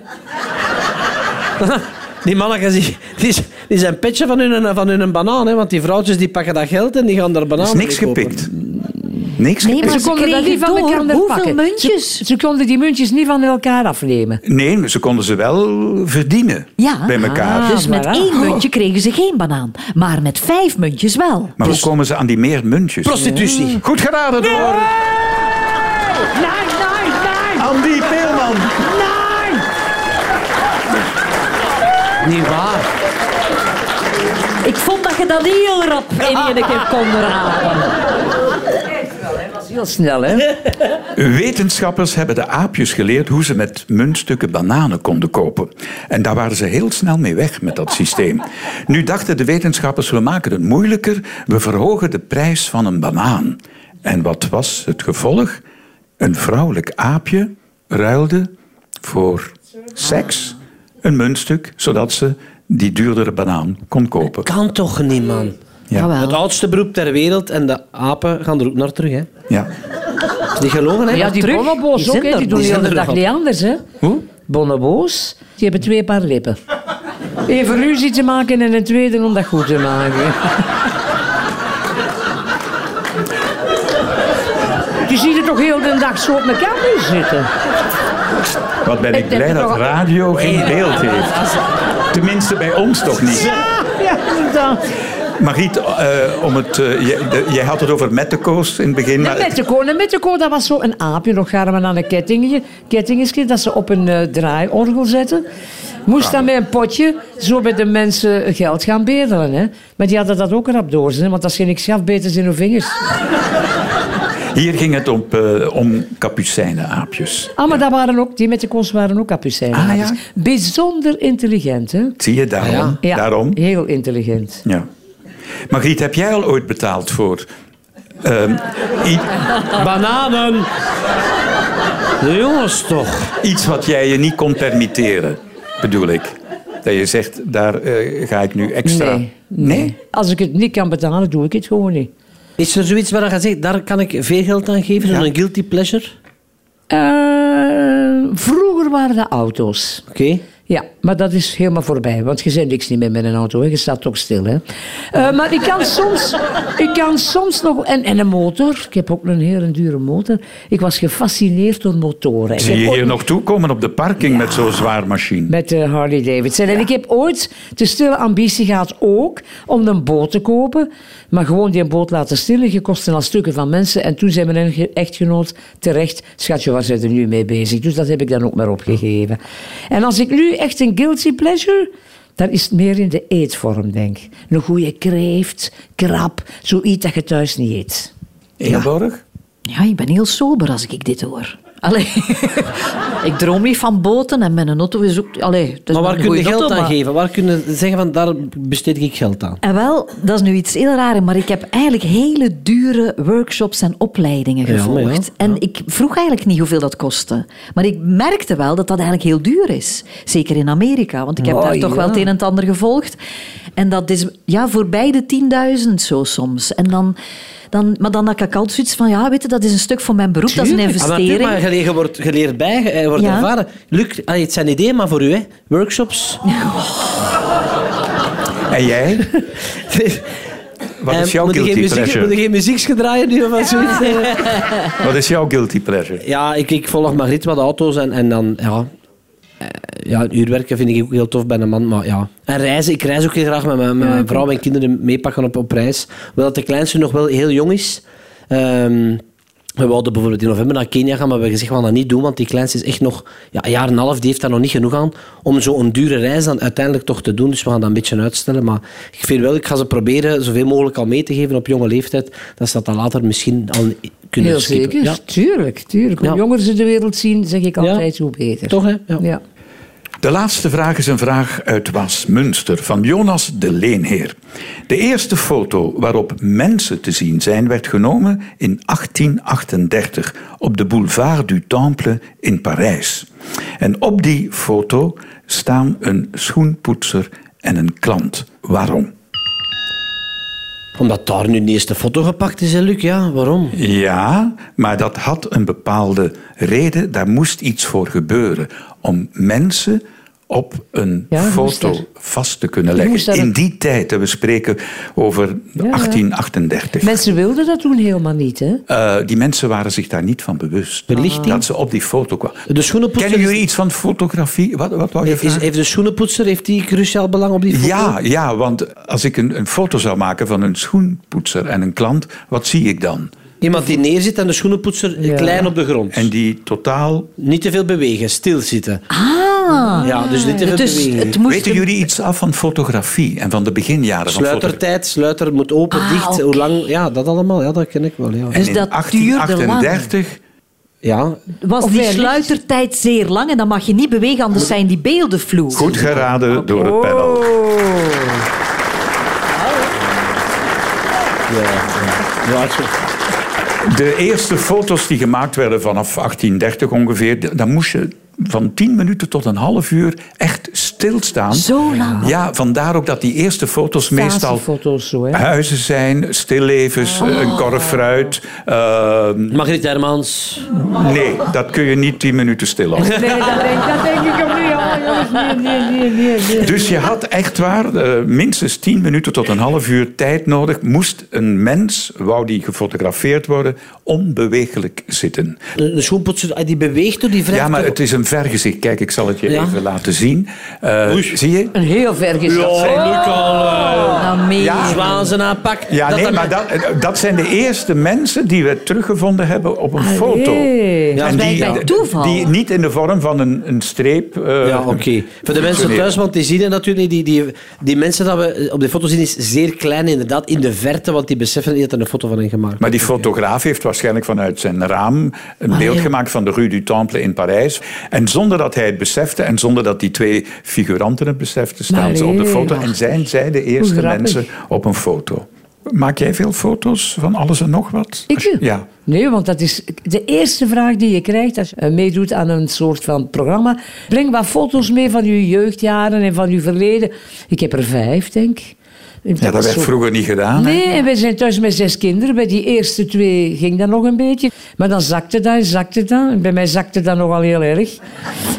[SPEAKER 5] Die mannen die, die, die zijn petje van hun, van hun banaan, hè, want die vrouwtjes die pakken dat geld en die gaan daar
[SPEAKER 3] Er is
[SPEAKER 5] bananen
[SPEAKER 3] niks
[SPEAKER 5] mee kopen.
[SPEAKER 3] gepikt. Niks
[SPEAKER 6] Nee,
[SPEAKER 3] gepikt.
[SPEAKER 6] maar ze
[SPEAKER 4] konden dat
[SPEAKER 6] kregen
[SPEAKER 4] niet van
[SPEAKER 6] door.
[SPEAKER 4] elkaar
[SPEAKER 6] Hoeveel
[SPEAKER 4] pakken.
[SPEAKER 6] muntjes?
[SPEAKER 4] Ze, ze konden die muntjes niet van elkaar afnemen.
[SPEAKER 3] Nee, maar ze konden ze wel verdienen
[SPEAKER 6] Ja.
[SPEAKER 3] bij elkaar.
[SPEAKER 4] Ah.
[SPEAKER 6] Dus met
[SPEAKER 4] maar, hè.
[SPEAKER 6] één muntje kregen ze geen banaan. Maar met vijf muntjes wel.
[SPEAKER 3] Maar hoe komen ze aan die meer muntjes?
[SPEAKER 5] Prostitutie.
[SPEAKER 3] Goed geraden door Andy Peelman.
[SPEAKER 5] Niet waar.
[SPEAKER 6] Ik vond dat je dat heel rap in je keer kon raden.
[SPEAKER 4] Heel snel, hè?
[SPEAKER 3] Wetenschappers hebben de aapjes geleerd hoe ze met muntstukken bananen konden kopen. En daar waren ze heel snel mee weg met dat systeem. Nu dachten de wetenschappers, we maken het moeilijker. We verhogen de prijs van een banaan. En wat was het gevolg? Een vrouwelijk aapje ruilde voor seks een muntstuk, zodat ze die duurdere banaan kon kopen.
[SPEAKER 5] Kan toch niet, man.
[SPEAKER 3] Ja,
[SPEAKER 5] Het oudste beroep ter wereld en de apen gaan er ook naar terug, hè.
[SPEAKER 3] ja.
[SPEAKER 5] Is niet gelogen, hè?
[SPEAKER 4] Ja, die
[SPEAKER 6] terug.
[SPEAKER 4] bonobos
[SPEAKER 6] Die
[SPEAKER 4] ook,
[SPEAKER 6] zijn
[SPEAKER 4] hè?
[SPEAKER 6] er.
[SPEAKER 4] Die doen
[SPEAKER 5] Die
[SPEAKER 4] de
[SPEAKER 5] zijn er
[SPEAKER 4] hele dag
[SPEAKER 5] nog
[SPEAKER 4] niet anders, hè?
[SPEAKER 3] Hoe?
[SPEAKER 4] Bonobos, die hebben twee paar lippen. Eén voor ruzie te maken en een tweede om dat goed te maken. Je ziet het toch heel de dag zo op elkaar nu zitten.
[SPEAKER 3] Wat ben ik
[SPEAKER 4] Ik denk
[SPEAKER 3] blij dat
[SPEAKER 4] toch-
[SPEAKER 3] radio geen beeld heeft. Tenminste, bij ons toch niet.
[SPEAKER 4] Ja, inderdaad.
[SPEAKER 3] Margriet, eh, om het, eh, jij, de- jij had het over mettekoos in het begin. Maar
[SPEAKER 4] Een metteco, een metteco, dat was zo een aapje, nog garmen aan een kettingje. Kettingetje dat ze op een eh draaiorgel zetten. Moest dan met een potje zo bij de mensen geld gaan bedelen. Hè? Maar die hadden dat ook rap door, hè? want als je niks gaf, beten ze in hun vingers.
[SPEAKER 3] Hier ging het om, eh, om kapucijnenaapjes.
[SPEAKER 4] Ah, maar dat waren ook, die met de kons waren ook kapucijnen.
[SPEAKER 3] Ah, ja?
[SPEAKER 4] Bijzonder intelligent, hè?
[SPEAKER 3] Zie je daarom?
[SPEAKER 4] Ah, Ja,
[SPEAKER 3] daarom?
[SPEAKER 4] heel intelligent.
[SPEAKER 3] Ja. Margriet, heb jij al ooit betaald voor... ehm, i-
[SPEAKER 5] Bananen! Jongens toch.
[SPEAKER 3] iets wat jij je niet kon permitteren, bedoel ik. Dat je zegt, daar eh, ga ik nu extra...
[SPEAKER 4] Nee, Als ik het niet kan betalen, doe ik het gewoon niet.
[SPEAKER 5] Is er zoiets waar je zegt, daar kan ik veel geld aan geven? Zo'n guilty pleasure?
[SPEAKER 4] Eh, vroeger waren dat auto's.
[SPEAKER 5] Oké.
[SPEAKER 4] Ja, maar dat is helemaal voorbij. Want je bent niks niet meer met een auto. Hè. Je staat toch stil. Hè. Eh, maar ik kan soms, ik kan soms nog... En, en een motor. Ik heb ook een hele dure motor. Ik was gefascineerd door motoren. Ik
[SPEAKER 3] Zie
[SPEAKER 4] heb
[SPEAKER 3] je
[SPEAKER 4] ooit
[SPEAKER 3] hier nog toekomen op de parking met zo'n zwaar machine?
[SPEAKER 4] Met de Harley Davidson. En ik heb ooit de stille ambitie gehad ook om een boot te kopen. Maar gewoon die boot laten stillen. Gekosten al stukken van mensen. En toen zei mijn ge- echtgenoot terecht. Schatje, waar zijn we nu mee bezig? Dus dat heb ik dan ook maar opgegeven. En als ik nu echt een guilty pleasure. Dan is het meer in de eetvorm, denk ik. Een goede kreeft, krab, zoiets dat je thuis niet eet.
[SPEAKER 3] Ingeborg?
[SPEAKER 6] Ja, ik ben heel sober als ik dit hoor. Allee, ik droom niet van boten en met een auto is ook... Allee, het is
[SPEAKER 5] Maar waar
[SPEAKER 6] een
[SPEAKER 5] kun je
[SPEAKER 6] goeie
[SPEAKER 5] geld
[SPEAKER 6] auto,
[SPEAKER 5] aan
[SPEAKER 6] maar-
[SPEAKER 5] geven? Waar kun je zeggen van, daar besteed ik geld aan?
[SPEAKER 6] En wel, dat is nu iets heel raar, maar ik heb eigenlijk hele dure workshops en opleidingen
[SPEAKER 5] Ja, maar
[SPEAKER 6] gevolgd.
[SPEAKER 5] ja,
[SPEAKER 6] En ik vroeg eigenlijk niet hoeveel dat kostte. Maar ik merkte wel dat dat eigenlijk heel duur is. Zeker in Amerika, want ik heb
[SPEAKER 5] Oh,
[SPEAKER 6] daar toch wel het een en het ander gevolgd. En dat is ja, voorbij de 10.000 zo soms. En dan, dan, maar dan had ik altijd zoiets van, ja, weet je, dat is een stuk voor mijn beroep, dat is een
[SPEAKER 5] Ah, maar natuurlijk,
[SPEAKER 6] investering.
[SPEAKER 5] maar gelegen wordt geleerd bij, je wordt
[SPEAKER 6] Ja.
[SPEAKER 5] ervaren. Luc, allee, het zijn ideeën maar voor u, hè? Workshops.
[SPEAKER 3] En jij? Wat is jouw
[SPEAKER 5] Ehm, moet je geen
[SPEAKER 3] guilty
[SPEAKER 5] muziek-
[SPEAKER 3] pleasure?
[SPEAKER 5] Moet je geen muziekjes gedraaien nu of wat zoiets? eh?
[SPEAKER 3] Wat is jouw guilty pleasure?
[SPEAKER 5] Ja, ik, ik volg Margriet wat auto's en, en dan, ja... Eh, Ja, een uur werken vind ik ook heel tof bij een man, maar ja. En reizen, ik reis ook heel graag met mijn, met mijn vrouw en kinderen meepakken op, op reis. Hoewel dat de kleinste nog wel heel jong is. Ehm, we wilden bijvoorbeeld in november naar Kenia gaan, maar we hebben gezegd, we gaan dat niet doen, want die kleinste is echt nog ja, een jaar en een half, die heeft daar nog niet genoeg aan om zo'n dure reis dan uiteindelijk toch te doen. Dus we gaan dat een beetje uitstellen. Maar ik vind wel, ik ga ze proberen zoveel mogelijk al mee te geven op jonge leeftijd, dat ze dat dan later misschien al kunnen
[SPEAKER 4] Heel
[SPEAKER 5] skippen.
[SPEAKER 4] zeker,
[SPEAKER 5] Ja,
[SPEAKER 4] tuurlijk. tuurlijk. Hoe
[SPEAKER 5] Ja.
[SPEAKER 4] jonger ze de wereld zien, zeg ik
[SPEAKER 5] Ja.
[SPEAKER 4] altijd, hoe beter.
[SPEAKER 5] toch hè?
[SPEAKER 4] Ja.
[SPEAKER 3] De laatste vraag is een vraag uit Waasmunster van Jonas de Leenheer. De eerste foto waarop mensen te zien zijn werd genomen in 1838 op de boulevard du Temple in Parijs. En op die foto staan een schoenpoetser en een klant. Waarom?
[SPEAKER 5] Omdat daar nu de eerste foto gepakt is, hè, Luc? Ja, waarom?
[SPEAKER 3] Ja, maar dat had een bepaalde reden. Daar moest iets voor gebeuren. Om mensen op een
[SPEAKER 4] Ja, je moest
[SPEAKER 3] foto
[SPEAKER 4] daar-
[SPEAKER 3] vast te kunnen
[SPEAKER 4] moest
[SPEAKER 3] leggen.
[SPEAKER 4] daar-
[SPEAKER 3] In die tijd, hè, we spreken over 1838.
[SPEAKER 4] Mensen wilden dat toen helemaal niet, hè?
[SPEAKER 3] Eh, die mensen waren zich daar niet van bewust.
[SPEAKER 5] Belichting?
[SPEAKER 3] Dat ze op die foto kwamen.
[SPEAKER 5] De schoenenpoetser
[SPEAKER 3] Kennen
[SPEAKER 5] is-
[SPEAKER 3] jullie iets van fotografie? Wat, wat wou je
[SPEAKER 5] Is,
[SPEAKER 3] vragen?
[SPEAKER 5] heeft de schoenenpoetser heeft die cruciaal belang op die foto?
[SPEAKER 3] Ja, ja, want als ik een, een foto zou maken van een schoenpoetser en een klant, wat zie ik dan?
[SPEAKER 5] Iemand die neerzit en de schoenenpoetser
[SPEAKER 4] Ja.
[SPEAKER 5] klein op de grond.
[SPEAKER 3] En die totaal.
[SPEAKER 5] Niet te veel bewegen, stilzitten.
[SPEAKER 6] Ah,
[SPEAKER 5] Ja, dus niet te veel
[SPEAKER 6] dus
[SPEAKER 5] bewegen.
[SPEAKER 6] het moest
[SPEAKER 3] Weten
[SPEAKER 6] een-
[SPEAKER 3] jullie iets af van fotografie en van de beginjaren van fotografie?
[SPEAKER 5] Sluitertijd, sluiter moet open,
[SPEAKER 6] Ah,
[SPEAKER 5] dicht.
[SPEAKER 6] oké.
[SPEAKER 5] Hoe lang? Ja, dat allemaal. Ja, dat ken ik wel. Ja.
[SPEAKER 3] En
[SPEAKER 6] Dus
[SPEAKER 3] in
[SPEAKER 6] dat
[SPEAKER 3] 1838
[SPEAKER 5] ja.
[SPEAKER 6] was
[SPEAKER 4] Of
[SPEAKER 6] die
[SPEAKER 4] wij licht-
[SPEAKER 6] sluitertijd zeer lang en dan mag je niet bewegen, anders zijn die beelden vloe.
[SPEAKER 3] goed geraden door het panel.
[SPEAKER 4] Oh,
[SPEAKER 5] ja, het is-
[SPEAKER 3] De eerste foto's die gemaakt werden vanaf 1830 ongeveer, d- dan moest je van 10 minuten tot een half uur echt stilstaan.
[SPEAKER 6] Zo lang.
[SPEAKER 3] Ja, vandaar ook dat die eerste foto's meestal
[SPEAKER 4] foto's zo, hè?
[SPEAKER 3] huizen zijn, stillevens,
[SPEAKER 6] Ah.
[SPEAKER 3] een korf fruit. Ehm,
[SPEAKER 5] Margriet Hermans.
[SPEAKER 3] nee, dat kun je niet 10 minuten stilhouden.
[SPEAKER 4] Nee, dat denk, dat denk ik ook niet. Oh, jongens, nee, nee, nee, nee, nee.
[SPEAKER 3] Dus je had echt waar eh, minstens 10 minuten tot een half uur tijd nodig. Moest een mens, wou die gefotografeerd worden, onbeweeglijk zitten.
[SPEAKER 5] De de schoenpoetser, ah, die beweegt door die vrij.
[SPEAKER 3] Ja, maar het is een vergezicht. Kijk, ik zal het je
[SPEAKER 5] Ja.
[SPEAKER 3] even laten zien. Eh, Eh, zie je?
[SPEAKER 4] Een heel ver geschat.
[SPEAKER 3] eh,
[SPEAKER 6] Nou, meer.
[SPEAKER 5] Zwazen aanpak.
[SPEAKER 3] Ja,
[SPEAKER 5] dat
[SPEAKER 3] nee,
[SPEAKER 5] dat-
[SPEAKER 3] maar dat, eh, dat zijn de eerste mensen die we teruggevonden hebben op een foto.
[SPEAKER 5] Ja,
[SPEAKER 3] en
[SPEAKER 6] bij-
[SPEAKER 3] die, eh,
[SPEAKER 6] bij toeval.
[SPEAKER 3] Die niet in de vorm van een, een streep. eh,
[SPEAKER 5] Ja, oké. Voor de mensen
[SPEAKER 3] functioneert.
[SPEAKER 5] thuis, want die zien het natuurlijk niet. Die, die, die mensen dat we eh, op de foto zien, is zeer klein inderdaad, in de verte, want die beseffen niet dat er een foto van hen gemaakt
[SPEAKER 3] Maar die fotograaf heeft waarschijnlijk vanuit zijn raam een
[SPEAKER 4] Ah,
[SPEAKER 3] beeld gemaakt van de Rue du Temple in Parijs. En zonder dat hij het besefte en zonder dat die twee figuranten het beseften, staan ze op de
[SPEAKER 4] Allee,
[SPEAKER 3] foto
[SPEAKER 4] wacht.
[SPEAKER 3] en zijn zij de eerste
[SPEAKER 4] Hoe grappig.
[SPEAKER 3] mensen op een foto. Maak jij veel foto's van alles en nog wat?
[SPEAKER 4] Ik?
[SPEAKER 3] Ja.
[SPEAKER 4] Nee, want dat is de eerste vraag die je krijgt als je eh, meedoet aan een soort van programma. Breng wat foto's mee van je jeugdjaren en van je verleden. Ik heb er vijf, denk ik.
[SPEAKER 3] ja, dat werd
[SPEAKER 4] zo-
[SPEAKER 3] vroeger niet gedaan. hè?
[SPEAKER 4] Nee, en wij zijn thuis met zes kinderen. Bij die eerste twee ging dat nog een beetje. Maar dan zakte dat en zakte dat. En bij mij zakte dat nogal heel erg.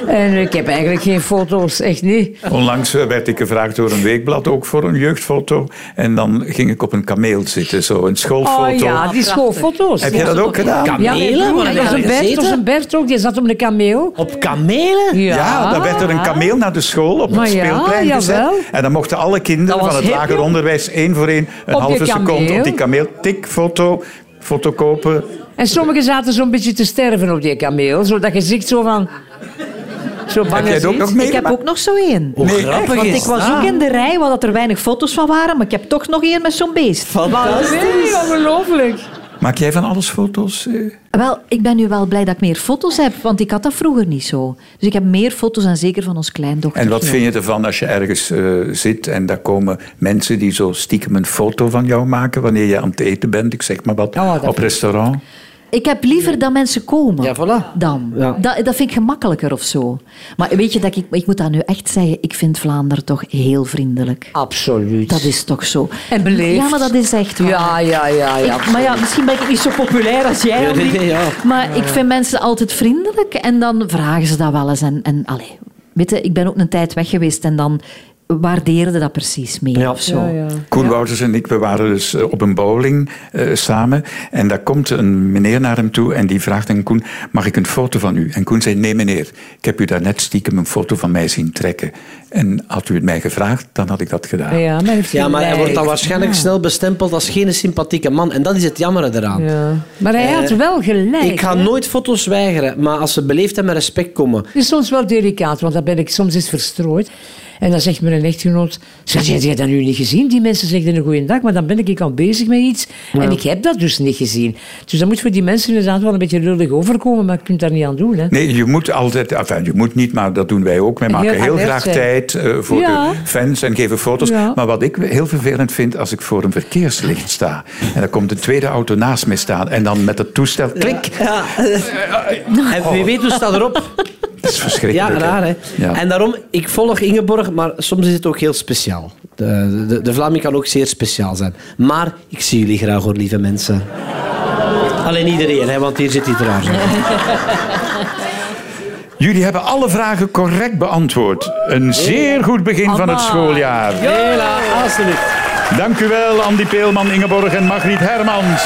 [SPEAKER 4] En ik heb eigenlijk geen foto's, echt niet.
[SPEAKER 3] Onlangs eh, werd ik gevraagd door een weekblad ook voor een jeugdfoto. En dan ging ik op een kameel zitten, zo, een schoolfoto.
[SPEAKER 4] Oh ja, die schoolfoto's.
[SPEAKER 3] Heb jij dat ook gedaan?
[SPEAKER 4] Ja, mijn
[SPEAKER 5] Kamelen?
[SPEAKER 4] broer,
[SPEAKER 5] Waar heb je
[SPEAKER 4] onze
[SPEAKER 5] daar
[SPEAKER 4] Bert,
[SPEAKER 5] gezeten?
[SPEAKER 4] onze Bert ook, die zat op een kameel.
[SPEAKER 5] Op kamelen?
[SPEAKER 3] Ja, dan werd er een kameel naar de school op
[SPEAKER 4] Maar
[SPEAKER 3] het
[SPEAKER 4] ja,
[SPEAKER 3] speelplein gezet.
[SPEAKER 4] jawel.
[SPEAKER 3] En dan mochten alle kinderen
[SPEAKER 4] Dat was
[SPEAKER 3] van het
[SPEAKER 4] hip,
[SPEAKER 3] lager
[SPEAKER 4] joh.
[SPEAKER 3] onderwijs één voor één een
[SPEAKER 4] Op die
[SPEAKER 3] halve seconde
[SPEAKER 4] kameel.
[SPEAKER 3] op die kameel. Tik, foto, foto kopen.
[SPEAKER 4] En sommigen zaten zo'n beetje te sterven op die kameel. Zodat je ziet zo van... Zo bang
[SPEAKER 3] Heb jij
[SPEAKER 4] als
[SPEAKER 3] het ook nog
[SPEAKER 4] iets.
[SPEAKER 6] Ik heb
[SPEAKER 3] meegemaakt?
[SPEAKER 6] ook nog zo één.
[SPEAKER 5] Hoe
[SPEAKER 3] Nee,
[SPEAKER 5] Oh, grappig
[SPEAKER 3] echt?
[SPEAKER 6] Want
[SPEAKER 5] is
[SPEAKER 6] ik was ook in de rij, waar dat er weinig foto's van waren, maar ik heb toch nog één met zo'n beest.
[SPEAKER 4] Nee, ongelooflijk.
[SPEAKER 3] Maak jij van alles foto's? eh?
[SPEAKER 6] Wel, ik ben nu wel blij dat ik meer foto's heb, want ik had dat vroeger niet zo. Dus ik heb meer foto's en zeker van ons kleindochter.
[SPEAKER 3] En wat vind je ervan als je ergens eh, zit en daar komen mensen die zo stiekem een foto van jou maken wanneer je aan het eten bent, ik zeg maar wat,
[SPEAKER 4] Oh, dat
[SPEAKER 3] op
[SPEAKER 4] vind
[SPEAKER 3] restaurant?
[SPEAKER 6] Ik heb liever dat mensen komen
[SPEAKER 5] Ja, voilà.
[SPEAKER 6] dan.
[SPEAKER 5] Ja.
[SPEAKER 6] Dat, dat vind ik gemakkelijker of zo. Maar weet je, dat ik, ik moet dat nu echt zeggen, ik vind Vlaanderen toch heel vriendelijk.
[SPEAKER 4] Absoluut.
[SPEAKER 6] Dat is toch zo.
[SPEAKER 4] En beleefd.
[SPEAKER 6] Ja, maar dat is echt waar.
[SPEAKER 4] Ja, ja, ja, ja.
[SPEAKER 6] Ik- maar ja, misschien ben ik niet zo populair als jij.
[SPEAKER 5] Ja,
[SPEAKER 6] Andy.
[SPEAKER 5] nee, nee, ja.
[SPEAKER 6] Maar ik vind mensen altijd vriendelijk en dan vragen ze dat wel eens. En, en allee, weet je, ik ben ook een tijd weg geweest en dan waardeerde dat precies meer
[SPEAKER 5] Ja.
[SPEAKER 6] of zo.
[SPEAKER 3] Koen Wouters en ik, we waren dus eh, op een bowling eh, samen. En daar komt een meneer naar hem toe en die vraagt aan Koen, mag ik een foto van u? En Koen zei, nee meneer, ik heb u daarnet stiekem een foto van mij zien trekken. En had u het mij gevraagd, dan had ik dat gedaan.
[SPEAKER 4] Ja, maar, heeft
[SPEAKER 5] Ja, maar hij
[SPEAKER 4] gelijk.
[SPEAKER 5] wordt dan waarschijnlijk snel bestempeld als geen sympathieke man. En dat is het jammer eraan.
[SPEAKER 4] Ja. Maar hij had wel gelijk.
[SPEAKER 5] Eh, Ik ga
[SPEAKER 4] hè.
[SPEAKER 5] nooit foto's weigeren, maar als ze beleefd en met respect komen.
[SPEAKER 4] Het is soms wel delicaat, want dan ben ik soms eens verstrooid. En dan zegt mijn echtgenoot, zeg, heb jij dat nu niet gezien? Die mensen zeggen een goeie dag, maar dan ben ik al bezig met iets. En ik heb dat dus niet gezien. Dus dan moet voor die mensen inderdaad wel een beetje lullig overkomen, maar je kunt daar niet aan doen. Hè?
[SPEAKER 3] Nee, je moet altijd, enfin, je moet niet, maar dat doen wij ook. Wij maken
[SPEAKER 4] Heel
[SPEAKER 3] heel,
[SPEAKER 4] alert
[SPEAKER 3] graag
[SPEAKER 4] zijn.
[SPEAKER 3] tijd eh, voor
[SPEAKER 4] Ja.
[SPEAKER 3] de fans en geven foto's.
[SPEAKER 4] Ja.
[SPEAKER 3] Maar wat ik heel vervelend vind, als ik voor een verkeerslicht sta en er komt een tweede auto naast me staan en dan met het toestel, klik,
[SPEAKER 5] Ja. En wie weet hoe staat erop.
[SPEAKER 3] dat is
[SPEAKER 5] Ja,
[SPEAKER 3] verschrikkelijk. hè.
[SPEAKER 5] raar hè.
[SPEAKER 3] Ja.
[SPEAKER 5] En daarom, ik volg Ingeborg, maar soms is het ook heel speciaal. De, de, de Vlaming kan ook zeer speciaal zijn. Maar ik zie jullie graag hoor, lieve mensen. Alleen iedereen, hè, want hier zit iedereen.
[SPEAKER 3] Jullie hebben alle vragen correct beantwoord. Een zeer goed begin van het schooljaar.
[SPEAKER 5] Hela, alsjeblieft.
[SPEAKER 3] Dank u wel, Andy Peelman, Ingeborg en Margriet Hermans.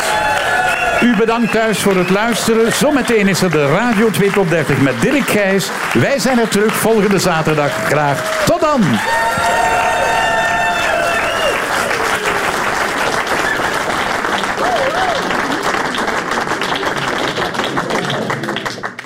[SPEAKER 3] U bedankt thuis voor het luisteren. Zometeen is er de Radio 2 Top 30 met Dirk Gijs. Wij zijn er terug volgende zaterdag. Graag tot dan.